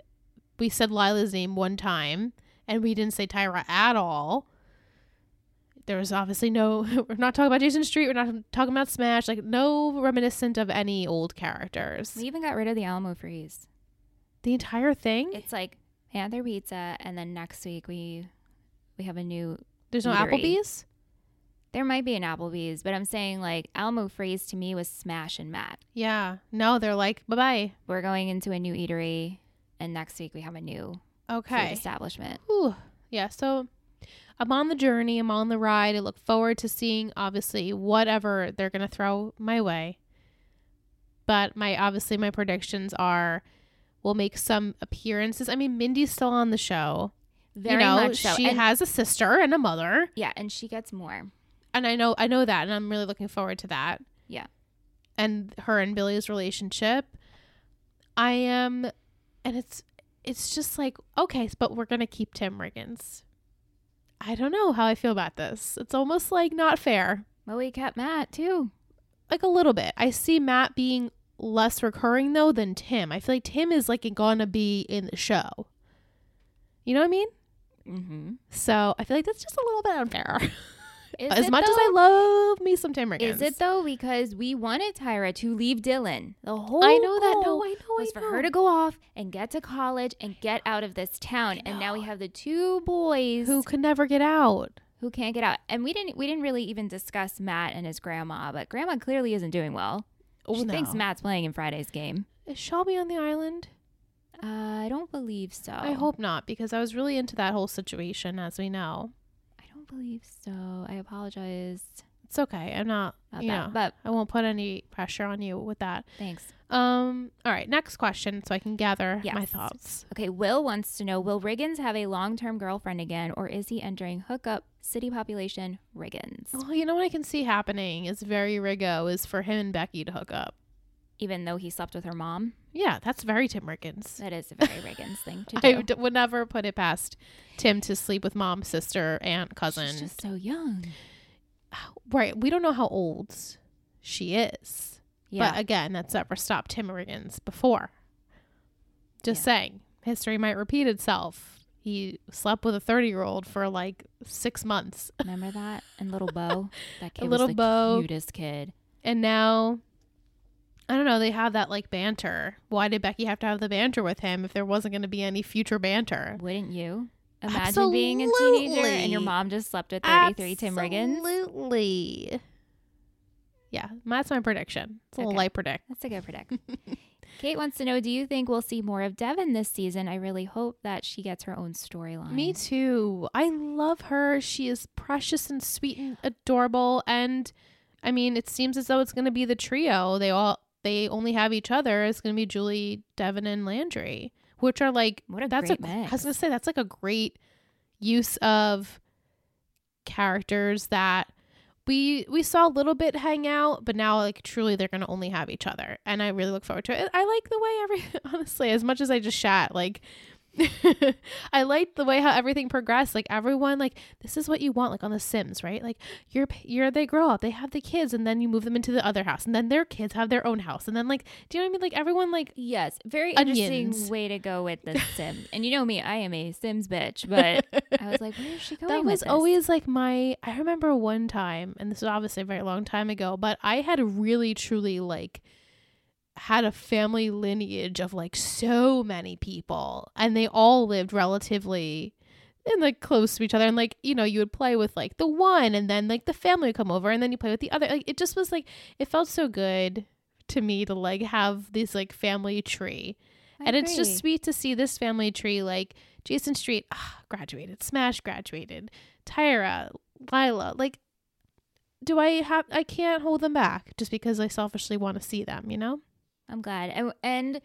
B: we said Lila's name one time and we didn't say Tyra at all. There was obviously no, we're not talking about Jason Street. We're not talking about Smash. Like, no reminiscent of any old characters.
A: We even got rid of the Alamo freeze.
B: The entire thing?
A: It's like Panther Pizza, and then next week we we have a new.
B: There's no
A: eatery.
B: Applebee's?
A: There might be an Applebee's, but I'm saying like Alamo freeze to me was smash and mat.
B: Yeah. No, they're like, bye bye.
A: We're going into a new eatery, and next week we have a new food
B: Okay.
A: establishment.
B: Ooh. Yeah. So I'm on the journey. I'm on the ride. I look forward to seeing, obviously, whatever they're going to throw my way. But my, obviously, my predictions are we'll make some appearances. I mean, Mindy's still on the show.
A: Very
B: you know,
A: much so.
B: she
A: and,
B: has a sister and a mother.
A: yeah, and she gets more.
B: And I know, I know that. And I'm really looking forward to that.
A: Yeah.
B: And her and Billy's relationship. I am, and it's, it's just like, okay, but we're going to keep Tim Riggins. I don't know how I feel about this. It's almost like not fair,
A: Well, we kept Matt too.
B: like a little bit. I see Matt being less recurring though than Tim. I feel like Tim is like going to be in the show. You know what I mean?
A: Mm-hmm.
B: So I feel like that's just a little bit unfair. as much as I love me some Tim Riggins.
A: Is it though because we wanted Tyra to leave Dylan? The whole
B: I know that.
A: goal
B: No, I know.
A: was for
B: I know.
A: her to go off and get to college and get out of this town. And now we have the two boys
B: who
A: who,
B: could never get out.
A: who can't get out. And we didn't we didn't really even discuss Matt and his grandma, but grandma clearly isn't doing well. she thinks Matt's playing in Friday's game.
B: Oh, Is Shelby on the island?
A: Uh, I don't believe so.
B: I hope not, because I was really into that whole situation, as we know.
A: I don't believe so. I apologize
B: It's okay. I'm not.
A: about
B: you
A: that.
B: know,
A: But
B: I won't put any pressure on you with that.
A: thanks.
B: Um. All right. Next question, so I can gather my
A: Yes.
B: thoughts.
A: Okay, Will wants to know Will Riggins have a long term girlfriend again, or is he entering hookup city population Riggins?
B: Well, you know what I can see happening is very Rigo is for him and Becky to hook up.
A: Even though he slept with her mom,
B: Yeah, that's very Tim Riggins.
A: that is a very Riggins thing to
B: I
A: do.
B: d- would never put it past Tim to sleep with mom, sister, aunt, cousin.
A: She's just so young.
B: right. We don't know how old she is.
A: Yeah.
B: But again, that's never stopped Tim Riggins before. Just
A: Yeah.
B: saying, history might repeat itself. He slept with a 30 year old for like six months.
A: Remember that? And little Bo, that kid
B: Little
A: was the
B: Bo.
A: cutest kid.
B: And now, I don't know, they have that like banter. Why did Becky have to have the banter with him if there wasn't going to be any future banter?
A: Wouldn't you? Imagine being a teenager and your
B: Absolutely.
A: mom just slept with 33 Tim Riggins.
B: Absolutely. Yeah, that's my prediction. It's a little
A: Okay.
B: light predict.
A: That's a good predict. Kate wants to know Do you think we'll see more of Devin this season? I really hope that she gets her own storyline.
B: Me too. I love her. She is precious and sweet and adorable. And I mean, it seems as though it's going to be the trio. They all they only have each other. It's going to be Julie, Devin, and Landry, which are like
A: What a
B: that's
A: great
B: a
A: mix.
B: I was going to say that's like a great use of characters that we we saw a little bit hang out, but now like truly they're going to only have each other. And I really look forward to it. I like the way every honestly as much as I just shat like I liked the way how everything progressed. Like everyone, like this is what you want. Like on The Sims, right? Like you're you're they grow up, they have the kids, and then you move them into the other house, and then their kids have their own house, and then like, do you know what I mean? Like everyone, like
A: Yes, very
B: Onions.
A: interesting way to go with the Sims. and you know me, I am a Sims bitch, but I was like, where is she going?
B: that
A: with
B: was
A: this?
B: always like my. I remember one time, and this was obviously a very long time ago, but I had really truly like had a family lineage of like so many people, and they all lived relatively and like close to each other and like you know you would play with like the one and then like the family would come over and then you play with the other like it just was like it felt so good to me to like have this like family tree
A: I
B: and it's just
A: agree.
B: sweet to see this family tree like Jason Street ah, graduated, Smash graduated, Tyra, Lila. Like, do I have? I can't hold them back just because I selfishly want to see them. You know?
A: I'm glad. And, and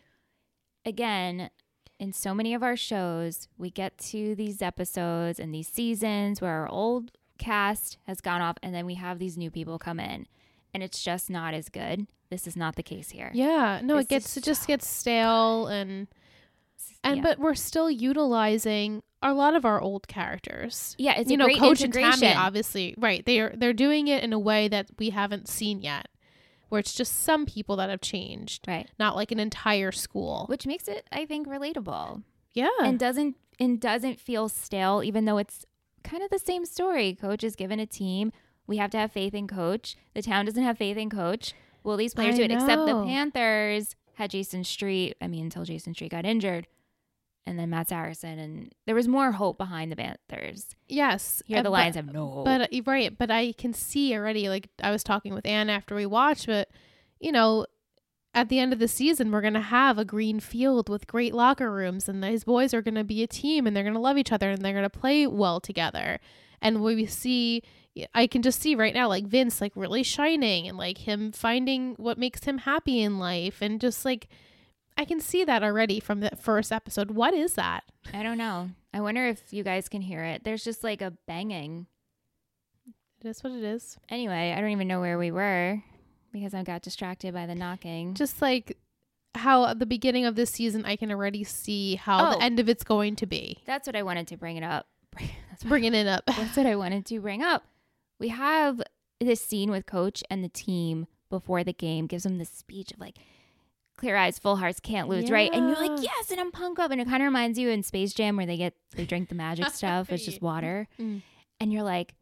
A: again, in so many of our shows, we get to these episodes and these seasons where our old cast has gone off and then we have these new people come in. And it's just not as good. This is not the case here.
B: Yeah. No,
A: This
B: it gets
A: is
B: it just
A: so
B: gets stale and and
A: yeah.
B: but we're still utilizing a lot of our old characters.
A: yeah, it's
B: you
A: a
B: know,
A: great
B: Coach and Tammy,
A: integration.
B: obviously, right? They are they're doing it in a way that we haven't seen yet, where it's just some people that have changed,
A: right.
B: not like an entire school.
A: Which makes it, I think, relatable.
B: Yeah.
A: and doesn't and doesn't feel stale even though it's kind of the same story coach is given a team we have to have faith in coach the town doesn't have faith in coach well these players
B: I
A: do it except the
B: know.
A: panthers had jason street i mean until jason street got injured and then matt saracen and there was more hope behind the panthers
B: yes.
A: here
B: uh,
A: the
B: but-
A: lions have no hope
B: But uh, right, but I can see already. Like I was talking with Anne after we watched, but you know, at the end of the season, we're gonna have a green field with great locker rooms, and these boys are gonna be a team, and they're gonna love each other, and they're gonna play well together. And we see, I can just see right now, like Vince, like really shining, and like him finding what makes him happy in life, and just like. I can see that already from the first episode. What is that?
A: i don't know i wonder if you guys can hear it there's just like a banging
B: It is what it is.
A: anyway i don't even know where we were because i got distracted by the knocking
B: just like how at the beginning of this season I can already see how
A: Oh.
B: the end of it's going to be.
A: that's what i wanted to bring it up that's what
B: Bringing it up.
A: That's what I wanted to bring up. We have this scene with coach and the team before the game gives them this speech of like clear eyes, full hearts, can't lose, right? And you're like,
B: Yeah.
A: yes, and I'm punk up. And it kind of reminds you in Space Jam where they get they drink the magic stuff, it's just
B: Right.
A: water.
B: Mm.
A: And you're like,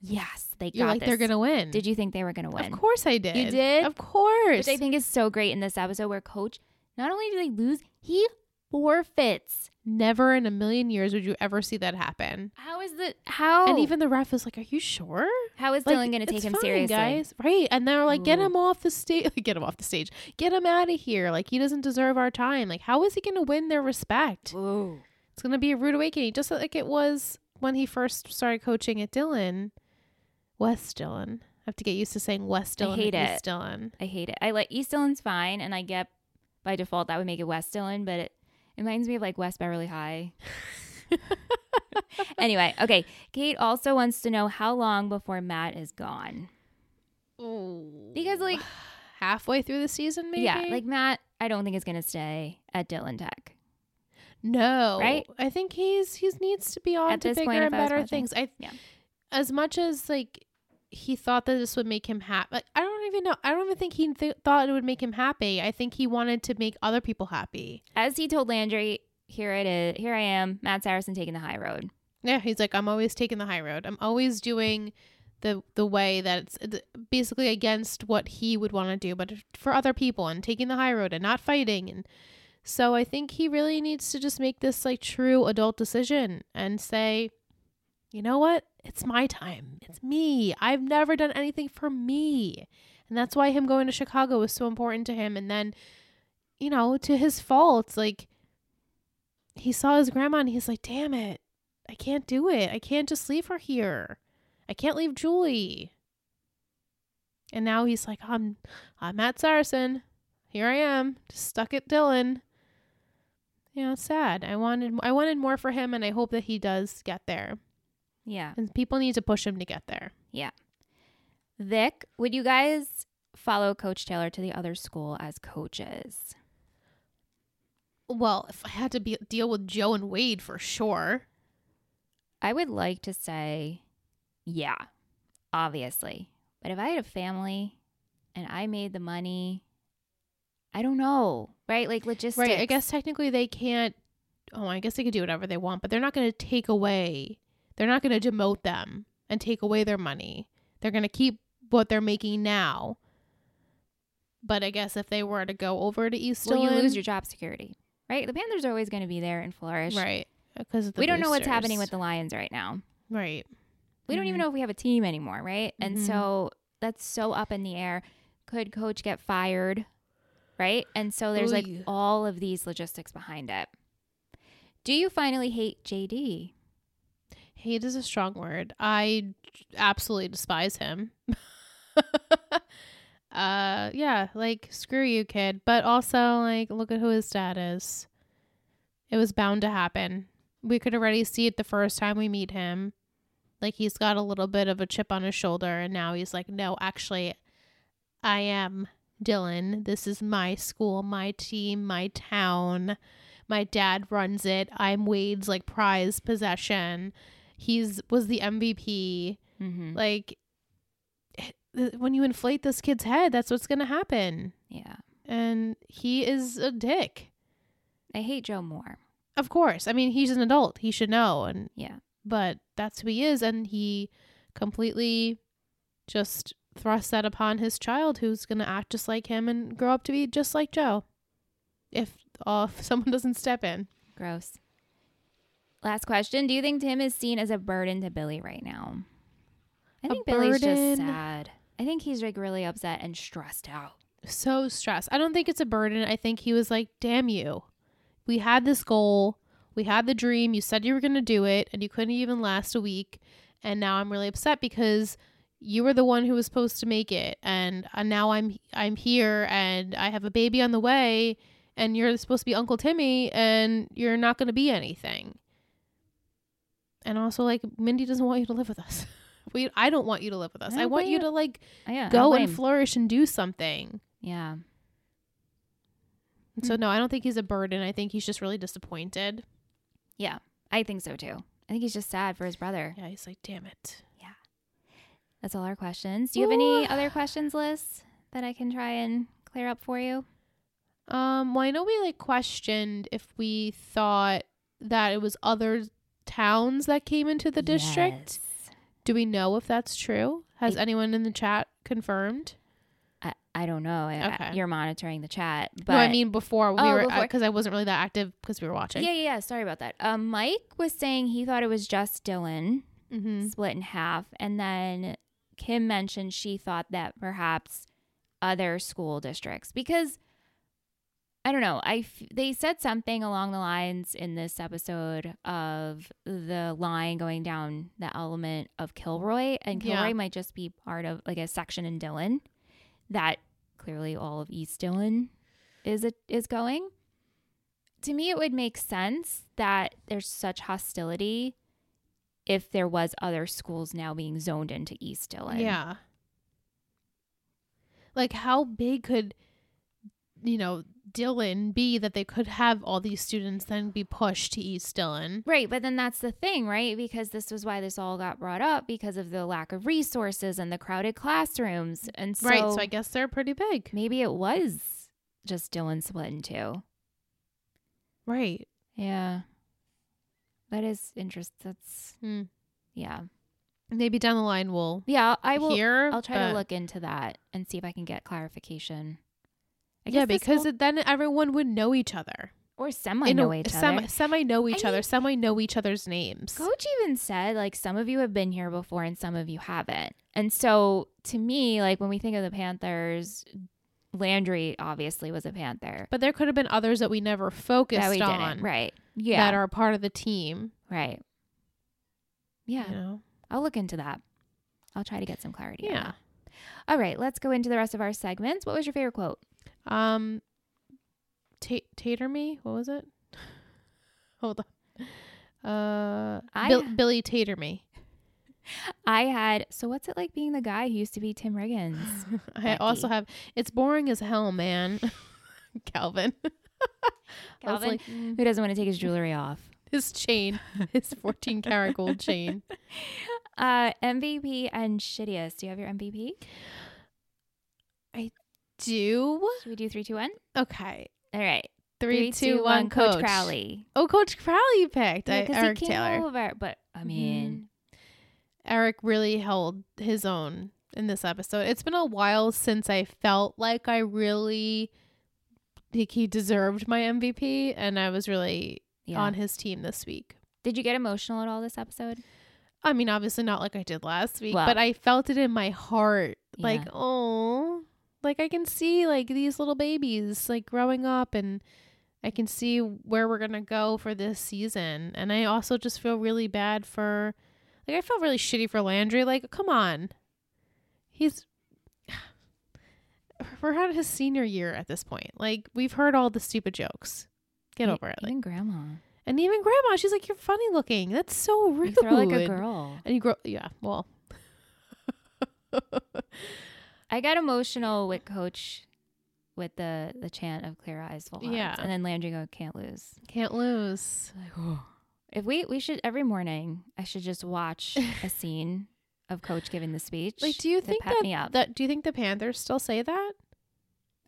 A: yes, they
B: You're
A: got
B: like
A: this.
B: they're gonna win.
A: Did you think they were gonna win?
B: Of course I did.
A: did?
B: Of course.
A: Which I think is so great in this episode where coach not only do they lose, he forfeits.
B: Never in a million years would you ever see that happen.
A: How is the how
B: And even the ref is like, "Are you sure?"
A: how is
B: Like,
A: Dylan Oh. gonna
B: it's
A: take him
B: fine,
A: seriously?
B: guys? Right? And they're like, "Get
A: Ooh.
B: him off the stage. get him off the stage. Get him out of here. Like he doesn't deserve our time. Like how is he gonna win their respect?
A: Whoa.
B: It's going to be a rude awakening, just like it was when he first started coaching at Dylan, West Dylan. I have to get used to saying West
A: I
B: Dylan.
A: hate
B: and
A: it.
B: East Dylan.
A: I hate it. I like East Dillon's fine, and I get by default that would make it West Dillon, but it, it reminds me of like West Beverly High. anyway, okay. Kate also wants to know how long before Matt is gone. Because, like-
B: halfway through the season, maybe.
A: Yeah, like Matt, I don't think is gonna stay at Dillon Tech.
B: no,
A: Right?
B: I think he's he's needs to be on
A: At
B: to
A: this
B: bigger
A: point,
B: and
A: if I was
B: better
A: watching,
B: things. I
A: yeah.
B: as much as like he thought that this would make him happy. Like, I don't even know. I don't even think he th- thought it would make him happy. I think he wanted to make other people happy.
A: As he told Landry, here it is. Here I am, Matt Saracen taking the high road.
B: Yeah, he's like, I'm always taking the high road. I'm always doing the the way that's th- basically against what he would want to do, but for other people and taking the high road and not fighting. And so I think he really needs to just make this like true adult decision and say, you know what? It's my time. It's me. I've never done anything for me. And that's why him going to Chicago was so important to him. And then, you know, to his fault, like he saw his grandma and he's like, damn it. I can't do it. I can't just leave her here. I can't leave Julie. And now he's like, I'm I'm Matt Saracen. Here I am, just stuck at Dylan. You know, it's sad. I wanted I wanted more for him and I hope that he does get there.
A: Yeah.
B: And people need to push him to get there.
A: Vic, would you guys follow Coach Taylor to the other school as coaches?
B: Well, if I had to be, deal with Joe and Wade for sure.
A: I would like to say, yeah, obviously. But if I had a family and I made the money, I don't know, right? Like logistics.
B: Right. I guess technically they can't. Oh, I guess they can do whatever they want, but they're not going to take away. They're not going to demote them and take away their money. They're going to keep what they're making now. But I guess if they were to go over to East,
A: Well, you
B: Dillon-
A: lose your job security, right? The Panthers are always going to be there and flourish.
B: right because
A: We don't know what's happening with the Lions right now.
B: right.
A: We don't even know if we have a team anymore, right? And
B: Mhm.
A: so that's so up in the air. Could coach get fired? Right? And so there's like
B: Oy.
A: all of these logistics behind it. Do you finally hate JD?
B: Hate is a strong word. I absolutely despise him. uh yeah, like screw you kid, but also like look at who his dad is. It was bound to happen. We could already see it the first time we meet him. Like he's got a little bit of a chip on his shoulder and now he's like, "No, actually I am Dylan. This is my school, my team, my town. My dad runs it. I'm Wade's like prize possession. He's was the MVP.
A: Mm-hmm.
B: Like eh, th- when you inflate this kid's head, that's what's going to happen.
A: Yeah.
B: And he is a dick.
A: I hate Joe more.
B: Of course. I mean, he's an adult. He should know. And
A: Yeah.
B: but that's who he is and he completely just thrusts that upon his child who's going to act just like him and grow up to be just like Joe. If uh, if someone doesn't step in.
A: Gross. Last question. Do you think Tim is seen as a burden to Billy right now? I
B: A
A: think Billy's just
B: burden?
A: sad. I think he's like really upset and stressed out.
B: so stressed. I don't think it's a burden. I think he was like, damn you. We had this goal. We had the dream. You said you were going to do it, and you couldn't even last a week. And now I'm really upset because you were the one who was supposed to make it, and uh, now I'm I'm here, and I have a baby on the way, and you're supposed to be Uncle Timmy, and you're not going to be anything. And also, like Mindy doesn't want you to live with us. We I don't want you to live with us.
A: I
B: I
A: don't
B: want
A: blame
B: you
A: her.
B: to like
A: Oh, yeah. I
B: go
A: don't
B: and
A: blame-
B: flourish and do something.
A: yeah.
B: So
A: Mm-hmm.
B: no, I don't think he's a burden. I think he's just really disappointed.
A: Yeah. I think so too. I think he's just sad for his brother.
B: Yeah, he's like, damn it.
A: That's all our questions. Do you have
B: Ooh.
A: any other questions, Liz, that I can try and clear up for you?
B: Um, well, I know we like questioned if we thought that it was other towns that came into the district.
A: Yes.
B: Do we know if that's true? Has
A: I-
B: anyone in the chat confirmed?
A: I, I don't know. I- I-
B: Okay.
A: you're monitoring the chat, but
B: no, I mean before we
A: Oh,
B: were
A: before.
B: because I wasn't really that active because we were watching.
A: yeah, yeah, yeah. Sorry about that. Um, Mike was saying he thought it was just Dylan
B: Mm-hmm.
A: split in half, and then Kim mentioned she thought that perhaps other school districts because I don't know. I f- they said something along the lines in this episode of the line going down the element of Kilroy, and
B: Yeah.
A: Kilroy might just be part of like a section in Dillon that clearly all of East Dillon is it is going. To me, it would make sense that there's such hostility if there was other schools now being zoned into East Dillon.
B: Yeah. Like how big could you know Dylan be that they could have all these students then be pushed to East Dylan?
A: Right, but then that's the thing, right? Because this was why this all got brought up because of the lack of resources and the crowded classrooms. And so,
B: right, so I guess they're pretty big.
A: maybe it was just Dylan split in two.
B: Right.
A: Yeah. That is interest. That's
B: Hmm.
A: yeah.
B: Maybe down the line we'll
A: Yeah, I will
B: hear.
A: I'll try to
B: but-
A: look into that and see if I can get clarification. I
B: yeah,
A: guess this
B: because
A: whole-
B: it- then everyone would know each other.
A: or semi
B: In a-
A: know each
B: semi,
A: other.
B: Semi know each
A: I
B: other.
A: mean-
B: semi know each other's names.
A: Coach even said like some of you have been here before and some of you haven't. And so to me, like when we think of the Panthers, Landry obviously was a Panther.
B: but there could have been others that we never focused
A: that we
B: on
A: didn't. Right. Yeah.
B: that are part of the team.
A: right. Yeah.
B: You know?
A: I'll look into that. I'll try to get some clarity. on
B: Yeah.
A: that. All right, let's go into the rest of our segments. What was your favorite quote?
B: Um, ta- tater me. What was it? Hold on. Uh,
A: I-
B: Bill- Billy tater me.
A: I had so what's it like being the guy who used to be Tim Riggins?
B: I also
A: Becky.
B: have. It's boring as hell, man. Calvin. I was
A: Calvin,
B: like, mm,
A: who doesn't want to take his jewelry off?
B: his chain, his 14 karat gold chain.
A: Uh, MVP and shittiest. Do you have your MVP?
B: Do
A: Should we do three, two, one?
B: okay.
A: All right.
B: Three, two, one.
A: Coach, Crowley.
B: Oh, Coach Crowley picked
A: Yeah,
B: I,
A: 'cause he
B: Eric
A: came
B: Taylor. Mm-hmm.
A: over, but I mean,
B: Eric really held his own in this episode. It's been a while since I felt like I really like he deserved my MVP and I was really
A: yeah.
B: on his team this week.
A: Did you get emotional at all this episode?
B: I mean, obviously not like I did last week,
A: Well-
B: but I felt it in my heart. Like,
A: Yeah.
B: oh, like I can see like these little babies like growing up and I can see where we're going to go for this season. And I also just feel really bad for like I felt really shitty for Landry. Like, come on. He's we're at his senior year at this point. Like, we've heard all the stupid jokes. Get
A: E-
B: over it. Like,
A: Even grandma.
B: and even grandma, she's like, You're funny looking. That's so
A: You
B: rude.
A: throw like a girl.
B: And you grow, yeah. Well,
A: I got emotional with Coach with the the chant of clear eyes, full hearts.
B: Yeah.
A: And then Landry go, can't lose.
B: can't lose.
A: Like, oh. If we we should every morning, I should just watch a scene of Coach giving the speech.
B: Like, do you
A: to
B: think
A: pep
B: that,
A: me up?
B: that? Do you think the Panthers still say that?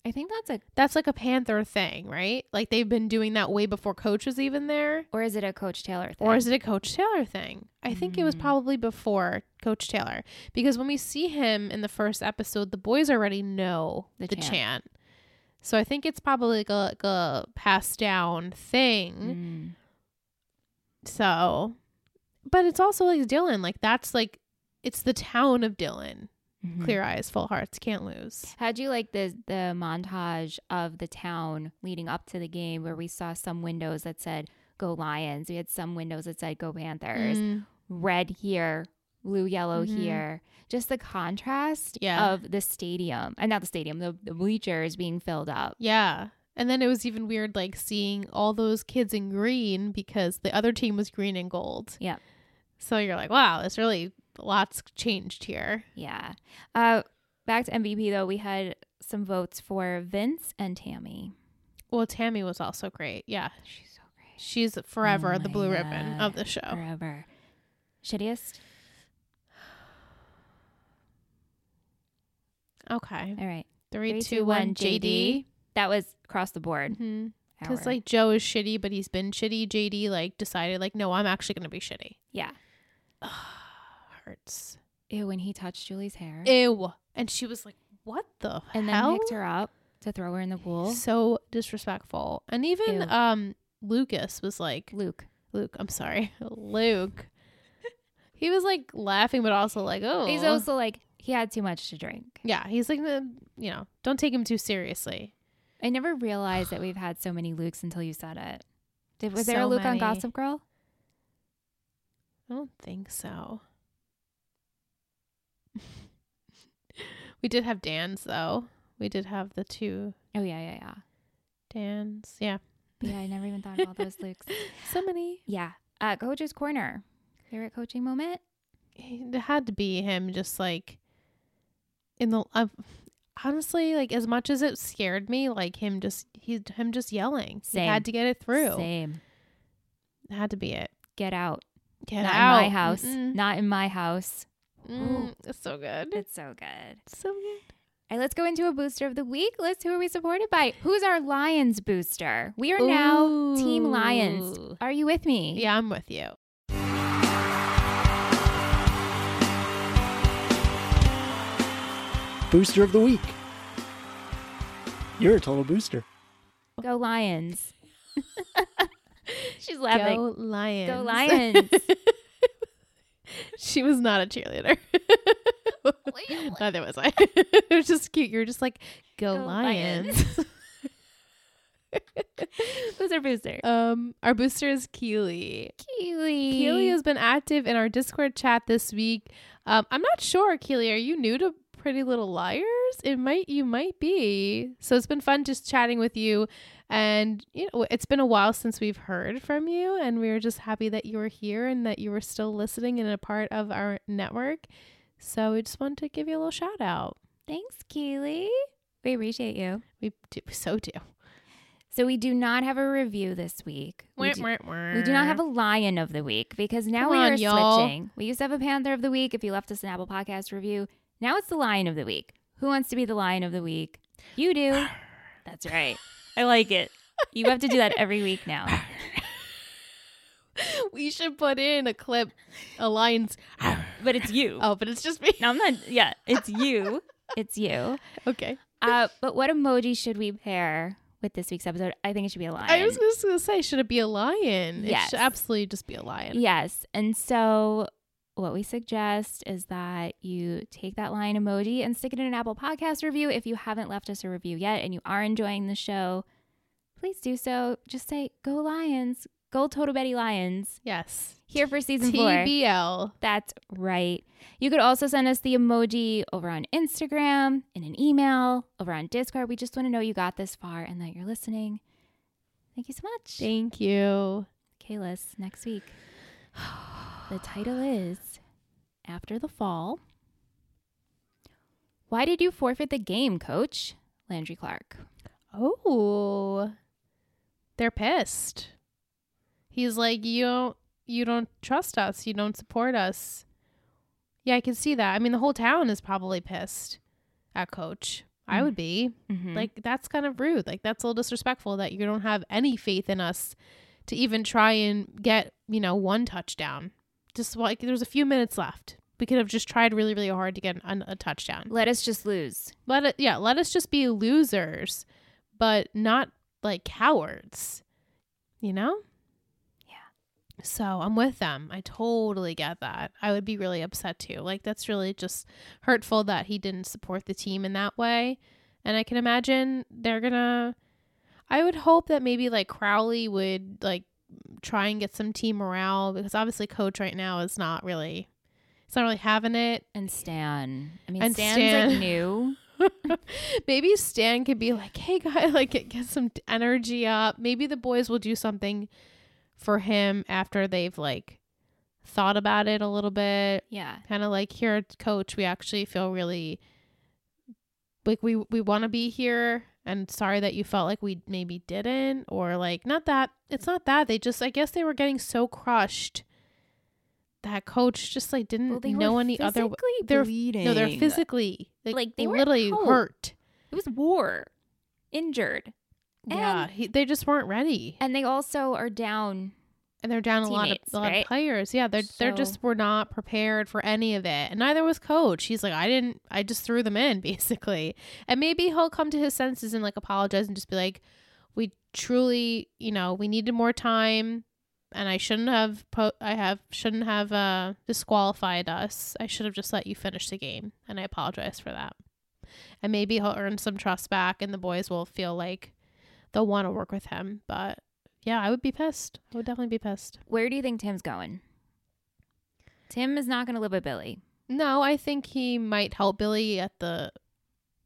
A: I think that's a,
B: That's like a Panther thing, right? Like they've been doing that way before Coach was even there.
A: or is it a Coach Taylor thing?
B: Or is it a Coach Taylor thing? I think it was
A: Mm.
B: probably before Coach Taylor because when we see him in the first episode, the boys already know
A: The
B: the,
A: chant.
B: chant. So I think it's probably like a, like a passed down
A: Mm.
B: thing. So, but it's also like Dylan. Like that's like it's the town of Dylan.
A: Mhm.
B: Clear eyes, full hearts, can't lose.
A: How'd you like the the montage of the town leading up to the game where we saw some windows that said go Lions, we had some windows that said go Panthers,
B: Mm.
A: red here, blue yellow
B: Mhm.
A: here. Just the contrast
B: Yeah.
A: of the stadium, and not the stadium, the, the bleachers being filled up.
B: Yeah. And then it was even weird like seeing all those kids in green because the other team was green and gold.
A: Yeah.
B: So you're like, wow, it's really lots changed here.
A: Yeah. Uh, back to MVP though, we had some votes for Vince and Tammy.
B: Well, Tammy was also great. Yeah.
A: She's so great.
B: She's forever
A: Oh
B: the
A: my
B: blue ribbon
A: God.
B: of the show.
A: Forever. Shittiest.
B: Okay.
A: All right.
B: three,
A: Three,
B: two,
A: two,
B: one.
A: one, Mm-hmm. JD. That was across the board.
B: JD. hmm Because
A: Our-
B: like Joe is shitty, but he's been shitty. JD like decided like, no, I'm actually gonna be shitty.
A: yeah.
B: Hurts.
A: Ew, when he touched Julie's hair
B: Ew. And she was like, what the
A: and then
B: hell?
A: picked her up to throw her in the pool.
B: so disrespectful. And even
A: Ew.
B: um Lucas was like,
A: Luke.
B: Luke, I'm sorry, Luke. he was like laughing, but also like, oh,
A: He's also like he had too much to drink.
B: yeah. He's like, "Uh, you know, don't take him too seriously.
A: I never realized that we've had so many Lukes until you said it. Did, was there a
B: So
A: Luke on
B: many.
A: Gossip Girl?
B: I don't think so. we did have Dan's though. We did have the two
A: Oh yeah, yeah, yeah.
B: Dan's. Yeah,
A: Yeah, I never even thought of all those Lukes.
B: so many.
A: Yeah. Uh, Coach's Corner. Favorite coaching moment?
B: It had to be him. Just like in the. i honestly, like as much as it scared me, like him just he him just yelling. He
A: Same.
B: had to get it through.
A: Same.
B: It had to be it.
A: Get out.
B: Get
A: Not
B: out.
A: in my house.
B: Mm-mm.
A: Not in my house.
B: Mm, it's so good.
A: It's so good.
B: It's so good.
A: All right, let's go into a booster of the week. Let's who are we supported by? Who's our Lions booster? We are now Team Lions.
B: Ooh.
A: Are you with me?
B: Yeah, I'm with you.
C: Booster of the week. You're a total booster.
A: Go Lions. She's laughing.
B: Go Lions.
A: Go Lions.
B: she was not a cheerleader. Neither was I. it was just cute. You're just like, go,
A: Go
B: Lions.
A: Who's our booster?
B: um, our booster is Keely.
A: Keely.
B: Keely has been active in our Discord chat this week. Um, I'm not sure, Keely, are you new to Pretty Little Liars? It might you might be. So it's been fun just chatting with you, and you know it's been a while since we've heard from you, and we were just happy that you were here and that you were still listening and a part of our network. So we just wanted to give you a little shout out.
A: Thanks, Keely. We appreciate you.
B: We do, we so do.
A: So we do not have a review this week. We do, we
B: we
A: do not have a lion of the week because now
B: Come
A: we
B: on,
A: are
B: y'all.
A: switching. We used to have a panther of the week if you left us an Apple Podcast review. Now it's the lion of the week. Who wants to be the lion of the week? You do. That's right. I like it. You have to do that every week now.
B: We should put in a clip, a lion's.
A: But it's you.
B: Oh, but it's just me.
A: No, I'm not. Yeah, it's you. It's you.
B: Okay.
A: Uh, but what emoji should we pair with this week's episode? I think it should be a lion.
B: I was just gonna say, should it be a lion? It
A: Yes.
B: should absolutely just be a lion.
A: Yes. And so what we suggest is that you take that lion emoji and stick it in an Apple Podcast review. If you haven't left us a review yet and you are enjoying the show, please do so. Just say, Go Lions, Go Total Betty Lions,
B: Yes.
A: here for season four.
B: TBL.
A: That's right. You could also send us the emoji over on Instagram, in an email, over on Discord. We just want to know you got this far and that you're listening. Thank you so much.
B: Thank you.
A: Kalis next week. The title is After the Fall. Why did you forfeit the game, coach? Landry Clark.
B: Oh, they're pissed. He's like, you don't, you don't trust us. You don't support us. Yeah, I can see that. I mean, the whole town is probably pissed at Coach. I would be.
A: Mhm.
B: Like that's kind of rude. Like that's a little disrespectful that you don't have any faith in us to even try and get, you know, one touchdown. Just like there was a few minutes left. We could have just tried really, really hard to get an, a touchdown.
A: let us just lose.
B: Let it, yeah, let us just be losers, but not like cowards. You know? Yeah. So I'm with them. I totally get that. I would be really upset too. Like that's really just hurtful that he didn't support the team in that way. And I can imagine they're gonna I would hope that maybe like Crowley would like try and get some team morale because obviously coach right now is not really it's not really having it.
A: And Stan. I mean,
B: And
A: Stan's like
B: Stan.
A: new.
B: Maybe Stan could be like, "Hey, guy, like get, get some energy up." Maybe the boys will do something for him after they've like thought about it a little bit.
A: Yeah.
B: Kind of like, "Here, coach, we actually feel really like we we want to be here." And sorry that you felt like we maybe didn't, or like not that it's not that they just I guess they were getting so crushed that coach just like didn't know any other. w-
A: physically
B: They're
A: bleeding.
B: no, they're physically like,
A: Like,
B: they
A: they were
B: literally
A: out.
B: hurt.
A: It was war. Injured.
B: Yeah,
A: And-
B: he, they just weren't ready,
A: And they also are down.
B: and they're down a lot of
A: Teammates,
B: a lot
A: right?
B: of players. Yeah, they're they're
A: So-
B: just were not prepared for any of it, and neither was coach. He's like, I didn't, I just threw them in basically, and maybe he'll come to his senses and like apologize and just be like, we truly, you know, we needed more time, and I shouldn't have, po- I have shouldn't have uh disqualified us. I should have just let you finish the game, and I apologize for that. And maybe he'll earn some trust back, and the boys will feel like they'll want to work with him, but. Yeah, I would be pissed. I would definitely be pissed.
A: Where do you think Tim's going? Tim is not going to live with Billy.
B: No, I think he might help Billy at the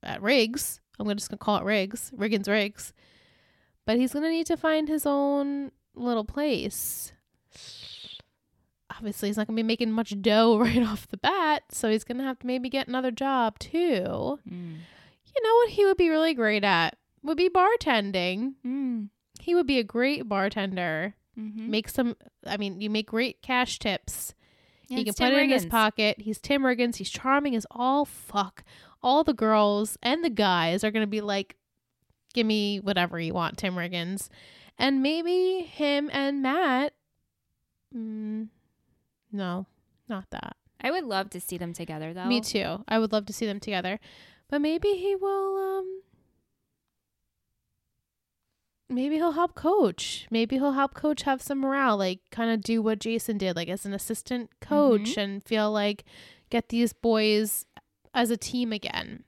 B: at Riggs. I'm gonna- just gonna call it Riggs, Riggins Riggs. But he's gonna need to find his own little place. Obviously, he's not gonna be making much dough right off the bat, so he's gonna have to maybe get another job too. You know what he would be really great at would be bartending.
A: Mm.
B: He would be a great bartender.
A: Mm-hmm.
B: Make some. I mean, you make great cash tips. He can put it in his pocket. He's Tim Riggins. He's charming as all fuck. All the girls and the guys are going to be like, give me whatever you want, Tim Riggins. And maybe him and Matt. Mm, no, not that.
A: I would love to see them together, though.
B: Me too. I would love to see them together. But maybe he will. um Maybe he'll help coach. Maybe he'll help coach have some morale, like kind of do what Jason did, like as an assistant coach,
A: Mm-hmm.
B: and feel like get these boys as a team again.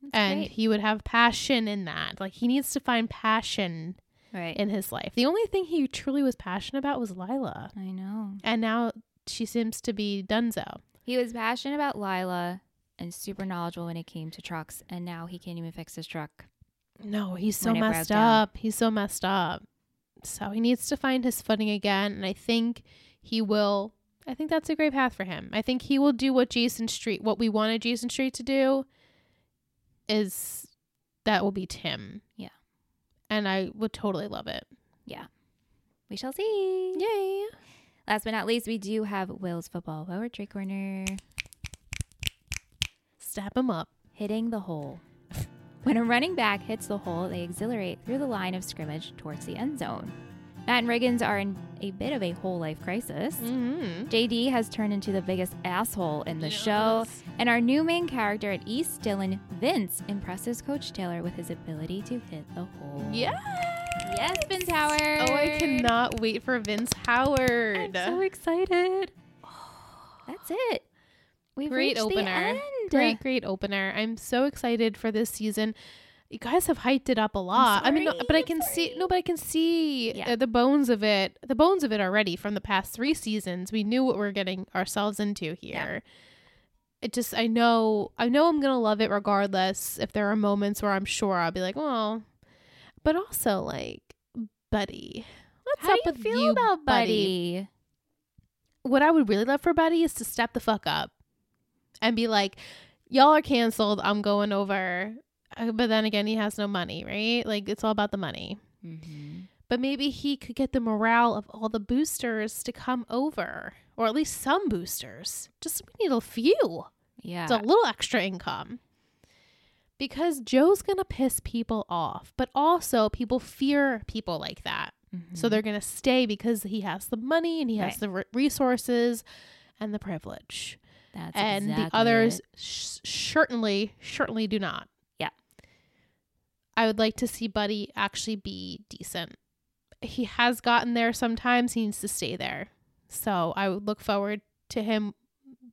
A: That's
B: and
A: great.
B: he would have passion in that. Like he needs to find passion
A: right.
B: in his life. The only thing he truly was passionate about was Lila,
A: I know.
B: and now she seems to be Dunzo.
A: He was passionate about Lila and super knowledgeable when it came to trucks, and now he can't even fix his truck.
B: No, he's so
A: when it broke
B: messed
A: down.
B: up. He's so messed up. So he needs to find his footing again. And I think he will. I think that's a great path for him. I think he will do what Jason Street, what we wanted Jason Street to do, is that will be Tim.
A: Yeah.
B: And I would totally love it.
A: We shall see.
B: Yay.
A: Last but not least, we do have Will's football poetry corner
B: Step him up.
A: hitting the hole. When a running back hits the hole, they exhilarate through the line of scrimmage towards the end zone. Matt and Riggins are in a bit of a whole life crisis.
B: Mm-hmm.
A: JD has turned into the biggest asshole in the show, and our new main character at East Dillon, Vince, impresses Coach Taylor with his ability to hit the hole.
B: Yeah.
A: Yes, Vince Howard.
B: Oh, I cannot wait for Vince
A: I'm
B: Howard.
A: so excited. That's it. We've
B: Great
A: reached The
B: opener.
A: end.
B: Great, great opener. I'm so excited for this season. You guys have hyped it up a lot. I mean, no,
A: sorry,
B: but I
A: I'm
B: can see no, but I can see
A: Yeah.
B: uh, the bones of it. The bones of it already from the past three seasons. We knew what we are getting ourselves into here. It just, I know, I know, I'm gonna love it regardless. If there are moments where I'm sure I'll be like, well, but also like, buddy, what's
A: How
B: up
A: do you
B: with
A: feel
B: you,
A: about
B: buddy?
A: Buddy?
B: what I would really love for Buddy is to step the fuck up and be like, y'all are canceled. I'm going over. Uh, But then again, he has no money, right? Like, it's all about the money.
A: Mm-hmm.
B: But maybe he could get the morale of all the boosters to come over, or at least some boosters. Just we need a few.
A: Yeah.
B: It's a little extra income. because Joe's going to piss people off, but also people fear people like that.
A: Mm-hmm.
B: So they're going to stay because he has the money and he has
A: Right.
B: the re- resources and the privilege.
A: That's
B: and the
A: exactly
B: others
A: it.
B: sh- certainly, certainly do not.
A: Yeah.
B: I would like to see Buddy actually be decent. He has gotten there sometimes. He needs to stay there. So I would look forward to him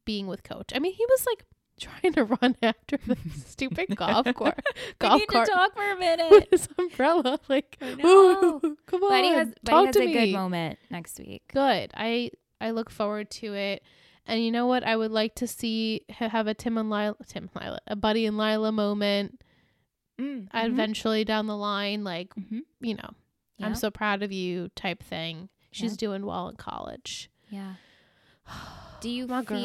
B: being with Coach. I mean, he was like trying to run after the stupid golf course.
A: we
B: Golf
A: need
B: cart
A: to talk for a minute.
B: with his umbrella. Like,
A: I
B: "Ooh,
A: know.
B: come on,
A: Buddy has, Buddy
B: talk
A: has
B: to
A: a
B: me.
A: good moment next week.
B: Good. I I look forward to it. And you know what? I would like to see ha- have a Tim and Lila, Tim and Lila, a Buddy and Lila moment
A: Mm, mhm.
B: eventually down the line. Like,
A: Mhm.
B: you know,
A: Yeah.
B: I'm so proud of you type thing. She's
A: Yeah.
B: doing well in college.
A: Yeah. Do you
B: My
A: feel?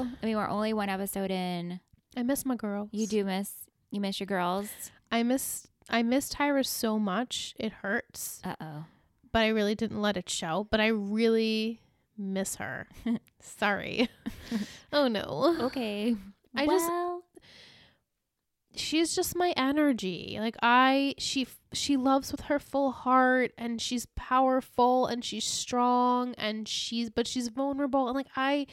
B: girls.
A: I mean, we're only one episode in.
B: I miss my girls.
A: You do miss. You miss your girls.
B: I miss. I miss Tyra so much. It hurts,
A: Uh oh.
B: but I really didn't let it show. But I really miss her. Sorry. oh no.
A: Okay.
B: I just-
A: Well,
B: she's just my energy like i she she loves with her full heart and she's powerful and she's strong and she's but she's vulnerable and like i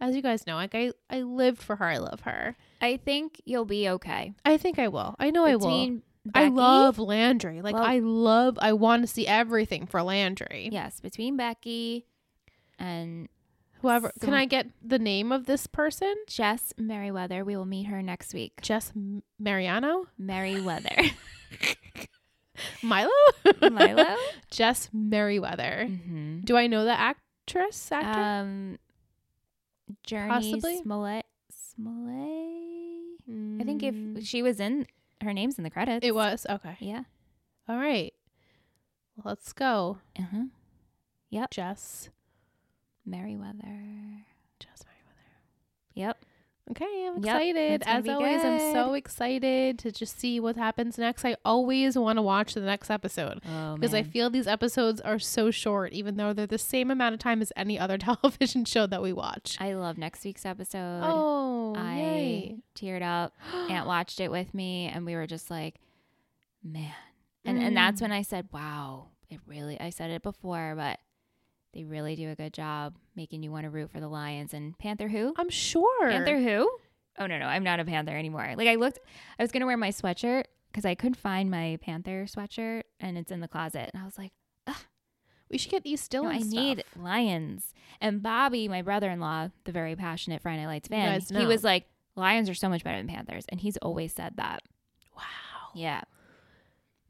B: as you guys know like i i lived for her i love her
A: I think you'll be okay.
B: i think i will i know Oh, i will
A: Between
B: i
A: Becky-
B: love landry like
A: Well-
B: i love i want to see everything for landry
A: Yes, between Becky and
B: whoever
A: So-
B: can i get the name of this person
A: Jess Merriweather, we will meet her next week.
B: jess M- mariano
A: Merriweather,
B: milo
A: Milo.
B: jess merriweather
A: hmm
B: do i know the actress actor
A: Um, Journey
B: Possibly.
A: Smollett. Smollett. I think
B: Mm.
A: if she was in, her name's in the credits.
B: It was okay.
A: Yeah.
B: All right, let's go,
A: Uh huh.
B: Jess.
A: Merriweather.
B: Jess Merriweather.
A: Yep.
B: Okay, I'm
A: Yep,
B: excited.
A: it's gonna
B: As
A: be
B: always, I'm
A: good.
B: so excited to just see what happens next. I always want to watch the next episode
A: Oh
B: because I feel these episodes are so short, even though they're the same amount of time as any other television show that we watch.
A: I love next week's episode.
B: oh,
A: I
B: yay.
A: teared up. Aunt watched it with me, and we were just like, man. And and that's when I said, wow, it really. I said it before, but they really do a good job making you want to root for the Lions and Panther. Who?
B: I'm sure.
A: Panther who? Oh no no, I'm not a Panther anymore. Like I looked, I was gonna wear my sweatshirt because I couldn't find my Panther sweatshirt, and it's in the closet, and I was like.
B: we should get these Dylan
A: No, I
B: stuff.
A: need lions. And Bobby, my brother in law, the very passionate Friday Night Lights
B: You
A: fan,
B: guys
A: he
B: know.
A: was like, Lions are so much better than Panthers. And he's always said that.
B: Wow.
A: Yeah.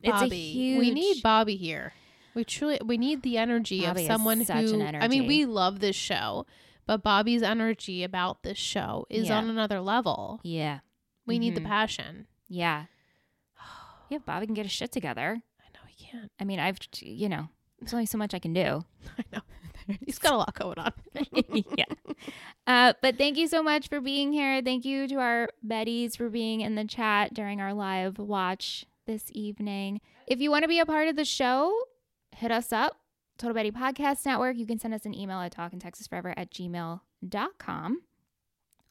B: Bobby. We need Bobby here. We truly we need the energy
A: Bobby
B: of
A: is
B: someone
A: such
B: who.
A: an
B: I mean,
A: energy.
B: we love this show, but Bobby's energy about this show is
A: Yeah.
B: on another level.
A: Yeah.
B: We need the
A: Mhm.
B: passion.
A: Yeah. Yeah, Bobby can get his shit together.
B: I know he can't.
A: I mean, I've, you know, there's only so much I can do.
B: I know he's got a lot going on.
A: yeah. Uh, but thank you so much for being here. Thank you to our Betties for being in the chat during our live watch this evening. If you want to be a part of the show, hit us up, Total Betty Podcast Network. You can send us an email at talkintexasforever at gmail.com.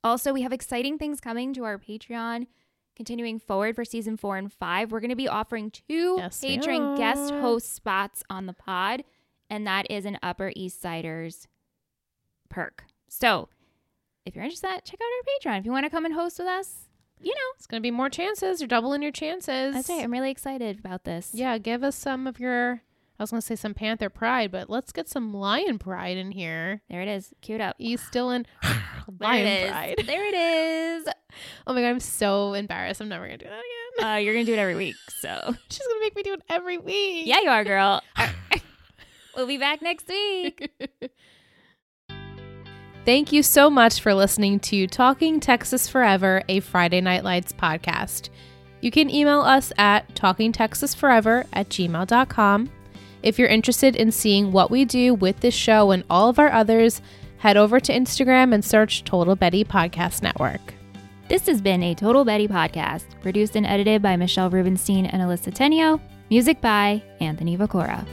A: Also, we have exciting things coming to our Patreon continuing forward for season four and five. We're going to be offering two
B: Yes, we
A: patron
B: are.
A: guest host spots on the pod, and that is an Upper East Siders perk. So if you're interested, in that, check out our Patreon. If you want to come and host with us, you know,
B: It's gonna be more chances. You're doubling your chances.
A: that's right. I'm really excited about this.
B: Yeah, give us some of your. I was gonna say some Panther pride, but let's get some Lion pride in here.
A: There it is. Queued up.
B: He's still in
A: There it
B: Lion
A: is.
B: pride.
A: There it is.
B: Oh my god, I'm so embarrassed. I'm never gonna do that again.
A: Uh, you're going to do it every week. So,
B: She's gonna make me do it every week.
A: yeah, you are, girl. we'll be back next week.
B: Thank you so much for listening to Talking Texas Forever, a Friday Night Lights podcast. You can email us at talkingtexasforever at gmail.com. If you're interested in seeing what we do with this show and all of our others, head over to Instagram and search Total Betty Podcast Network.
A: This has been a Total Betty podcast, produced and edited by Michelle Rubenstein and Alyssa Tenio, music by Anthony Vacora.